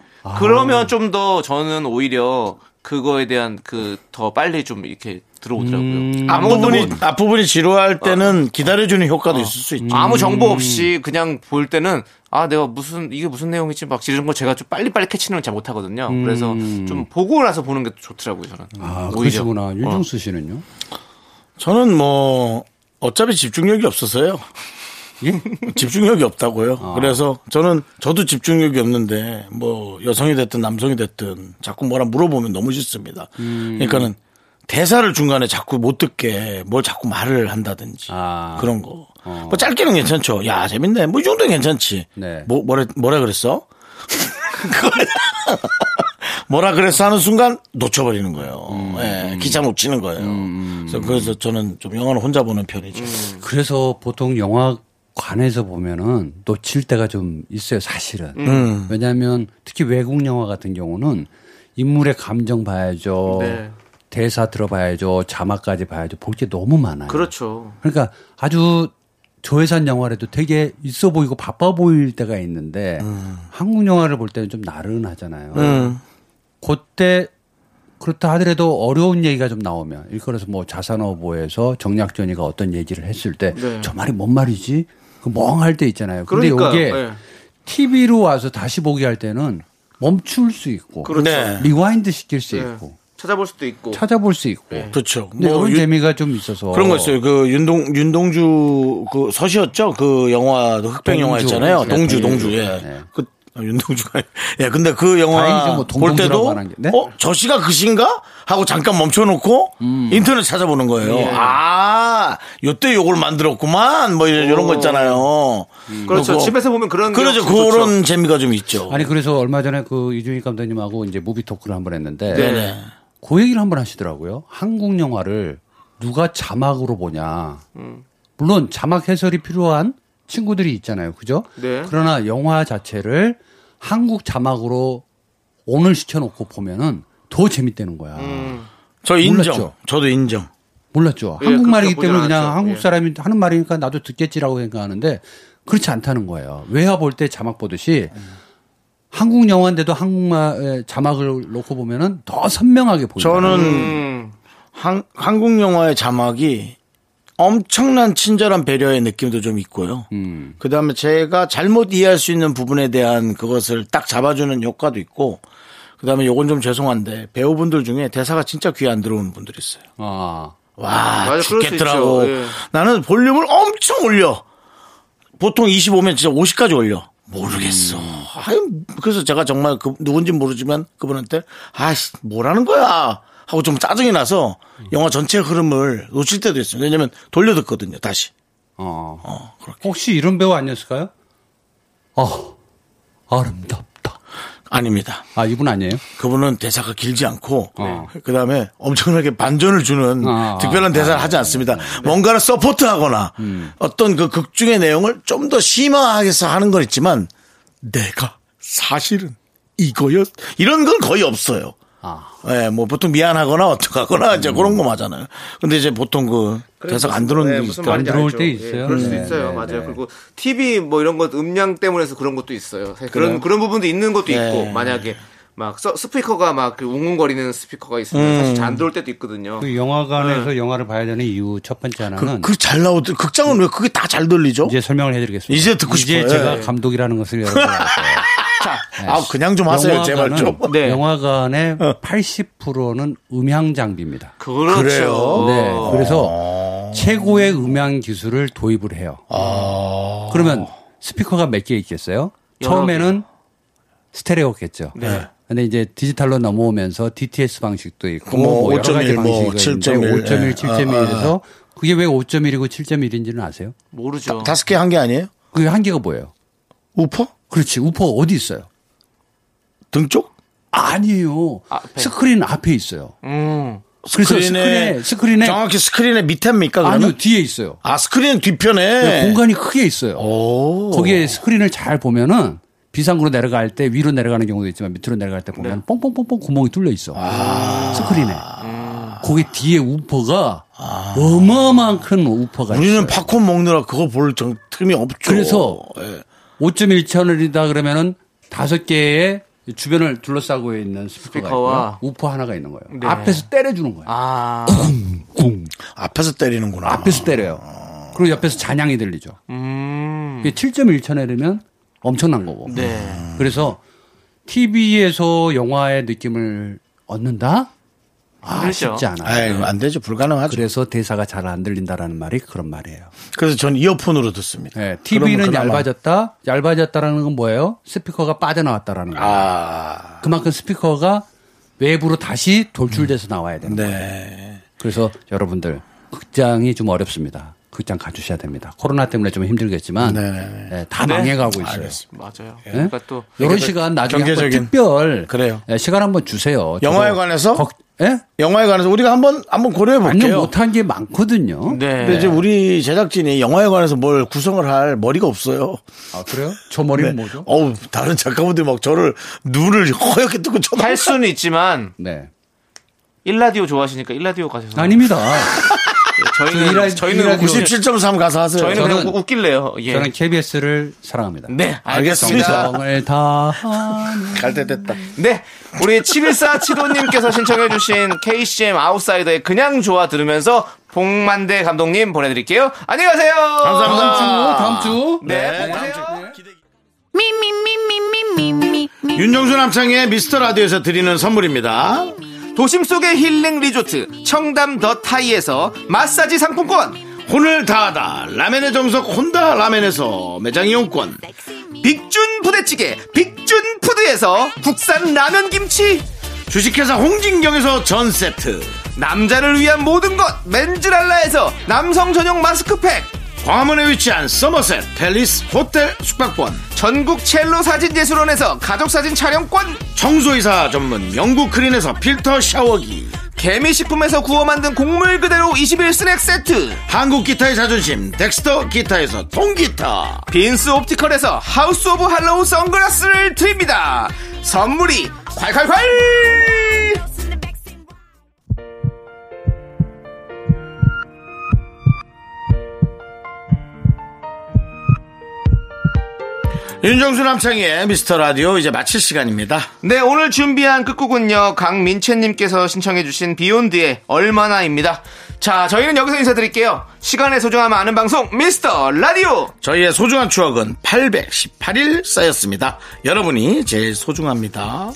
B: 그러면 좀 더 저는 오히려 그거에 대한 그 더 빨리 좀 이렇게 들어오더라고요.
E: 음,
B: 아무것도 어.
A: 앞부분이,
B: 뭐-
A: 앞부분이 지루할 때는 기다려주는 효과도 있을 수 있죠.
B: 아무
E: 음.
B: 정보 없이 그냥 볼 때는 아 내가 무슨 이게 무슨 내용이지 막 이런 거 제가 좀 빨리빨리 캐치는 잘 못하거든요. 그래서 좀 보고 나서 보는 게 좋더라고요 저는.
E: 음. 아
B: 오히려.
E: 그러시구나
B: 어.
E: 윤종수 씨는요?
A: 저는 뭐, 어차피 집중력이 없어서요. 집중력이 없다고요. 그래서 저는 저도 집중력이 없는데 뭐 여성이 됐든 남성이 됐든 자꾸 뭐라 물어보면 너무 싫습니다. 그러니까는 대사를 중간에 자꾸 못 듣게 뭘 자꾸 말을 한다든지
E: 아.
A: 그런 거. 뭐 짧게는 괜찮죠. 야 재밌네. 뭐 이 정도는 괜찮지.
E: 네.
A: 뭐 뭐래 뭐래 그랬어? 그걸 뭐라 그랬어 하는 순간 놓쳐버리는 거예요.
E: 음,
A: 예, 기차 놓치는 거예요. 그래서, 그래서 저는 좀 영화를 혼자 보는 편이죠.
E: 음. 그래서 보통 영화관에서 보면은 놓칠 때가 좀 있어요 사실은.
B: 음.
E: 왜냐하면 특히 외국 영화 같은 경우는 인물의 감정 봐야죠.
B: 네.
E: 대사 들어봐야죠. 자막까지 봐야죠. 볼 게 너무 많아요.
B: 그렇죠.
E: 그러니까 아주 저예산 영화라도 되게 있어 보이고 바빠 보일 때가 있는데
B: 음.
E: 한국 영화를 볼 때는 좀 나른하잖아요. 그때 그렇다 하더라도 어려운 얘기가 좀 나오면 일컬어서 뭐 자산어보에서 정약전이가 어떤 얘기를 했을 때
B: 네.
E: 저 말이 뭔 말이지? 그 멍할 때 있잖아요. 근데
B: 그러니까요.
E: 이게
B: 예.
E: TV로 와서 다시 보기 할 때는 멈출 수 있고
B: 그렇죠.
A: 네.
E: 리와인드 시킬 수
B: 예.
E: 있고
B: 찾아볼 수도 있고.
E: 찾아볼 수 있고
B: 네.
A: 그렇죠.
E: 근데 이런
A: 유-
E: 재미가 좀 있어서
A: 그런 거 있어요. 그 윤동 윤동주 그 서시였죠. 그 영화 흑백
E: 동주.
A: 영화였잖아요.
E: 네,
A: 동주
E: 동주.
A: 동주. 예.
E: 네.
A: 그 아, 윤동주가 예. 근데 그 영화
E: 다행이죠. 뭐
A: 볼 때도
E: 동동주라고 안 한 게. 네?
A: 어 저시가 그신가 하고 잠깐 멈춰놓고
E: 음.
A: 인터넷 찾아보는 거예요. 아 요때 요걸 만들었구만 뭐 이런 이런 거 있잖아요.
B: 그렇죠.
A: 그거.
B: 집에서 보면 그런 게
A: 그렇죠.
B: 좋- 좋죠.
A: 그런 재미가 좀 있죠.
E: 음. 아니 그래서 얼마 전에 그 이준익 감독님하고 이제 무비 토크를 한 번 했는데
A: 네네.
E: 그 얘기를 한 번 하시더라고요. 한국 영화를 누가 자막으로 보냐.
A: 음.
E: 물론 자막 해설이 필요한 친구들이 있잖아요. 그죠?
B: 네.
E: 그러나 영화 자체를
A: 음.
E: 한국 자막으로 온을 시켜놓고 보면은 더 재밌다는 거야.
A: 저 인정.
E: 몰랐죠.
A: 저도 인정.
E: 몰랐죠.
B: 예,
E: 한국말이기
B: 그렇게
E: 때문에
B: 보진
E: 그냥
B: 않았죠.
E: 한국
B: 예.
E: 사람이 하는 말이니까 나도 듣겠지라고 생각하는데 그렇지 않다는 거예요. 외화 볼 때 자막 보듯이 한국 영화인데도 한국말 자막을 놓고 보면은 더 선명하게 보여요.
A: 저는
B: 음.
A: 한, 한국 영화의 자막이 엄청난 친절한 배려의 느낌도 좀 있고요. 그 다음에 제가 잘못 이해할 수 있는 부분에 대한 그것을 딱 잡아주는 효과도 있고, 그 다음에 요건 좀 죄송한데 배우분들 중에 대사가 진짜 귀에 안 들어오는 분들이 있어요.
E: 아,
A: 와,
B: 맞아, 그럴 수
A: 죽겠더라고.
B: 있죠. 예.
A: 나는 볼륨을 엄청 올려. 보통 25면 진짜 50까지 올려. 모르겠어.
B: 음.
A: 아유, 그래서 제가 정말 그, 누군지 모르지만 그분한테, 아씨, 뭐라는 거야. 하고 좀 짜증이 나서
B: 음.
A: 영화 전체 흐름을 놓칠 때도 있어요. 왜냐면 돌려듣거든요, 다시.
E: 어.
A: 어, 그렇게.
E: 혹시 이런 배우 아니었을까요? 어, 아름답다.
A: 아닙니다.
E: 아, 이분 아니에요?
A: 그분은 대사가 길지 않고
E: 어.
B: 네.
A: 그다음에 엄청나게 반전을 주는
E: 아, 네. 음.
A: 특별한 대사를 하지 않습니다. 뭔가를 서포트하거나 어떤 그 극중의 내용을 좀 더 심화하게 서 하는 건 있지만 내가 사실은 이거였 이런 건 거의 없어요.
E: 아.
A: 예, 뭐 보통 미안하거나 어떡하거나
E: 음.
A: 이제 그런 거 맞잖아요. 근데 이제 보통 그 대사가 안 들어오는
B: 네,
A: 일이
B: 무슨
A: 있더라고요.
B: 말인지
E: 안 들어올
B: 알죠.
E: 때
B: 예,
E: 있어요.
B: 그럴 수도
E: 네,
B: 있어요.
E: 네,
B: 맞아요.
E: 네.
B: 그리고 TV 뭐 이런 것 음량 때문에서 그런 것도 있어요. 사실 그런 그런 부분도 있는 것도
A: 네.
B: 있고 만약에 막 서- 스피커가 막그 웅웅거리는 스피커가 있으면
A: 음.
B: 사실 잘 안 들어올 때도 있거든요.
E: 그 영화관에서 영화를 봐야 되는 이유 첫 번째 하나는
A: 네. 그 잘 나오더 극장은 왜 그게 다 잘 들리죠?
E: 이제 설명을 해드리겠습니다.
A: 이제 듣고
E: 이제
A: 싶어요.
E: 제가
A: 예.
E: 감독이라는 것을 여러분
A: 아, 그냥 좀 하세요, 제발 좀. 어.
B: 네.
E: 영화관의 80%는 음향 장비입니다.
B: 그렇죠.
A: 그래요?
E: 네. 그래서 최고의 음향 기술을 도입을 해요.
A: 아.
E: 그러면 스피커가 몇 개 있겠어요?
B: 여러 네.
E: 처음에는 스테레오겠죠. 네. 근데 이제 디지털로 넘어오면서 DTS 방식도 있고
A: 뭐
E: 뭐, 여러 가지
A: 5.1, 뭐
E: 방식이
A: 7.1,
E: 있는데 5.1,
A: 예. 아.
E: 7.1에서 그게 왜 5.1이고 7.1인지는 아세요?
B: 모르죠.
A: 다섯 개 한 게 아니에요?
E: 그게 한계가 뭐예요?
A: 우퍼?
E: 그렇지. 우퍼 어디 있어요?
A: 등 쪽?
E: 아니에요.
B: 앞에.
E: 스크린 앞에 있어요.
B: 음.
E: 그래서 스크린에 스크린에
A: 정확히 스크린의 밑에입니까? 그러면?
E: 아니요 뒤에 있어요.
A: 아 스크린 뒤편에
E: 공간이 크게 있어요.
A: 오.
E: 거기에 스크린을 잘 보면은 비상구로 내려갈 때 위로 내려가는 경우도 있지만 밑으로 내려갈 때 보면 뻥뻥뻥뻥 구멍이 뚫려 있어. 스크린에. 거기 뒤에 우퍼가 어마어마한 큰 우퍼가
A: 우리는
E: 있어요.
A: 팝콘 먹느라 그거 볼 정- 틈이 없죠.
E: 그래서
A: 예.
E: 5.1천원이다 그러면은 다섯 개의 주변을 둘러싸고 있는 스피커가
B: 스피커와
E: 있고 우퍼 하나가 있는 거예요.
B: 네.
E: 앞에서 때려주는 거예요.
B: 아.
E: 쿵.
A: 앞에서 때리는구나.
E: 앞에서 때려요. 그리고 옆에서 잔향이 들리죠.
B: 음.
E: 이게 7.1천원이면 엄청난 거고.
B: 네.
A: 음.
E: 그래서 TV에서 영화의 느낌을 얻는다? 아,
B: 그렇죠.
E: 쉽지 않아.
A: 아유, 안 되죠. 불가능하죠. 그래서,
E: 그래서 대사가 잘 안 들린다라는 말이 그런 말이에요.
A: 전 이어폰으로 듣습니다.
E: 네,
A: 그러면
E: TV는
A: 그나마-
E: 얇아졌다? 얇아졌다라는 건 뭐예요? 스피커가 빠져나왔다라는 거예요.
A: 아,
E: 그만큼 스피커가 외부로 다시 돌출돼서 나와야 되는 거예요.
A: 음. 네.
E: 그래서 여러분들 극장이 좀 어렵습니다. 극장 가주셔야 됩니다. 코로나 때문에 좀 힘들겠지만
A: 네네네.
E: 네, 다 망해가고 있어요.
B: 맞아요.
E: 예?
B: 그러니까 또
A: 네.
E: 이런 시간 나중에 한번
A: 경제적인-
E: 특별
A: 그래요.
E: 예, 시간 한번 주세요.
A: 영화에
E: 저도
A: 관해서? 아,
E: 걱- 예?
A: 영화에 관해서 우리가 한번 한번 고려해
E: 완전
A: 볼게요.
E: 못한 게 많거든요.
B: 네.
A: 근데 이제 우리 제작진이 영화에 관해서 뭘 구성을 할 머리가 없어요.
E: 아 그래요? 저 머리는
A: 네.
E: 뭐죠?
A: 어우, 다른 작가분들이 막 저를 눈을 허옇게 뜨고 쳐다.
B: 할 수는 있지만
E: 네.
B: 일라디오 좋아하시니까 일라디오 가셔서
E: 아닙니다.
B: 저희는
E: 일라-
B: 저희는
E: 일라디오-
B: 웃-
A: 97.3 가서 하세요.
B: 저희는 그냥
E: 저는-
B: 웃길래요. 예.
E: 저는 KBS를 사랑합니다.
B: 네,
A: 아,
B: 알겠습니다.
A: 알겠습니다.
E: 정을 다한
A: 갈 때 됐다.
B: 네, 우리 7147호님께서 신청해주신 KCM 아웃사이더의 그냥 좋아 들으면서 복만대 감독님 보내드릴게요. 안녕히 가세요.
E: 다음 주
A: 감사합니다.
E: 다음 주
B: 네,
A: 네, 다음
B: 안녕히 가세요.
A: 윤정수 남창의 미스터 라디오에서 드리는 선물입니다.
B: 도심 속의 힐링 리조트 청담 더 타이에서 마사지 상품권.
A: 혼을 다하다 라멘의 정석 혼다 라멘에서 매장 이용권
B: 빅준 부대찌개 빅준 푸드에서 국산 라면 김치
A: 주식회사 홍진경에서 전세트
B: 남자를 위한 모든 것 맨즈랄라에서 남성 전용 마스크팩
A: 광화문에 위치한 서머셋 팰리스 호텔 숙박권
B: 전국 첼로 사진 예술원에서 가족 사진 촬영권
A: 청소이사 전문 영국 크린에서 필터 샤워기
B: 개미식품에서 구워 만든 곡물 그대로 21 스낵 세트
A: 한국 기타의 자존심 덱스터 기타에서 통기타
B: 빈스 옵티컬에서 하우스 오브 할로우 선글라스를 드립니다 선물이 콸콸콸
A: 윤정수 남창희의 미스터 라디오 이제 마칠 시간입니다.
B: 네, 오늘 준비한 끝곡은요, 강민채님께서 신청해주신 비욘드의 얼마나입니다. 자, 저희는 여기서 인사드릴게요. 시간의 소중함 아는 방송, 미스터 라디오!
A: 저희의 소중한 추억은 818일 쌓였습니다. 여러분이 제일 소중합니다.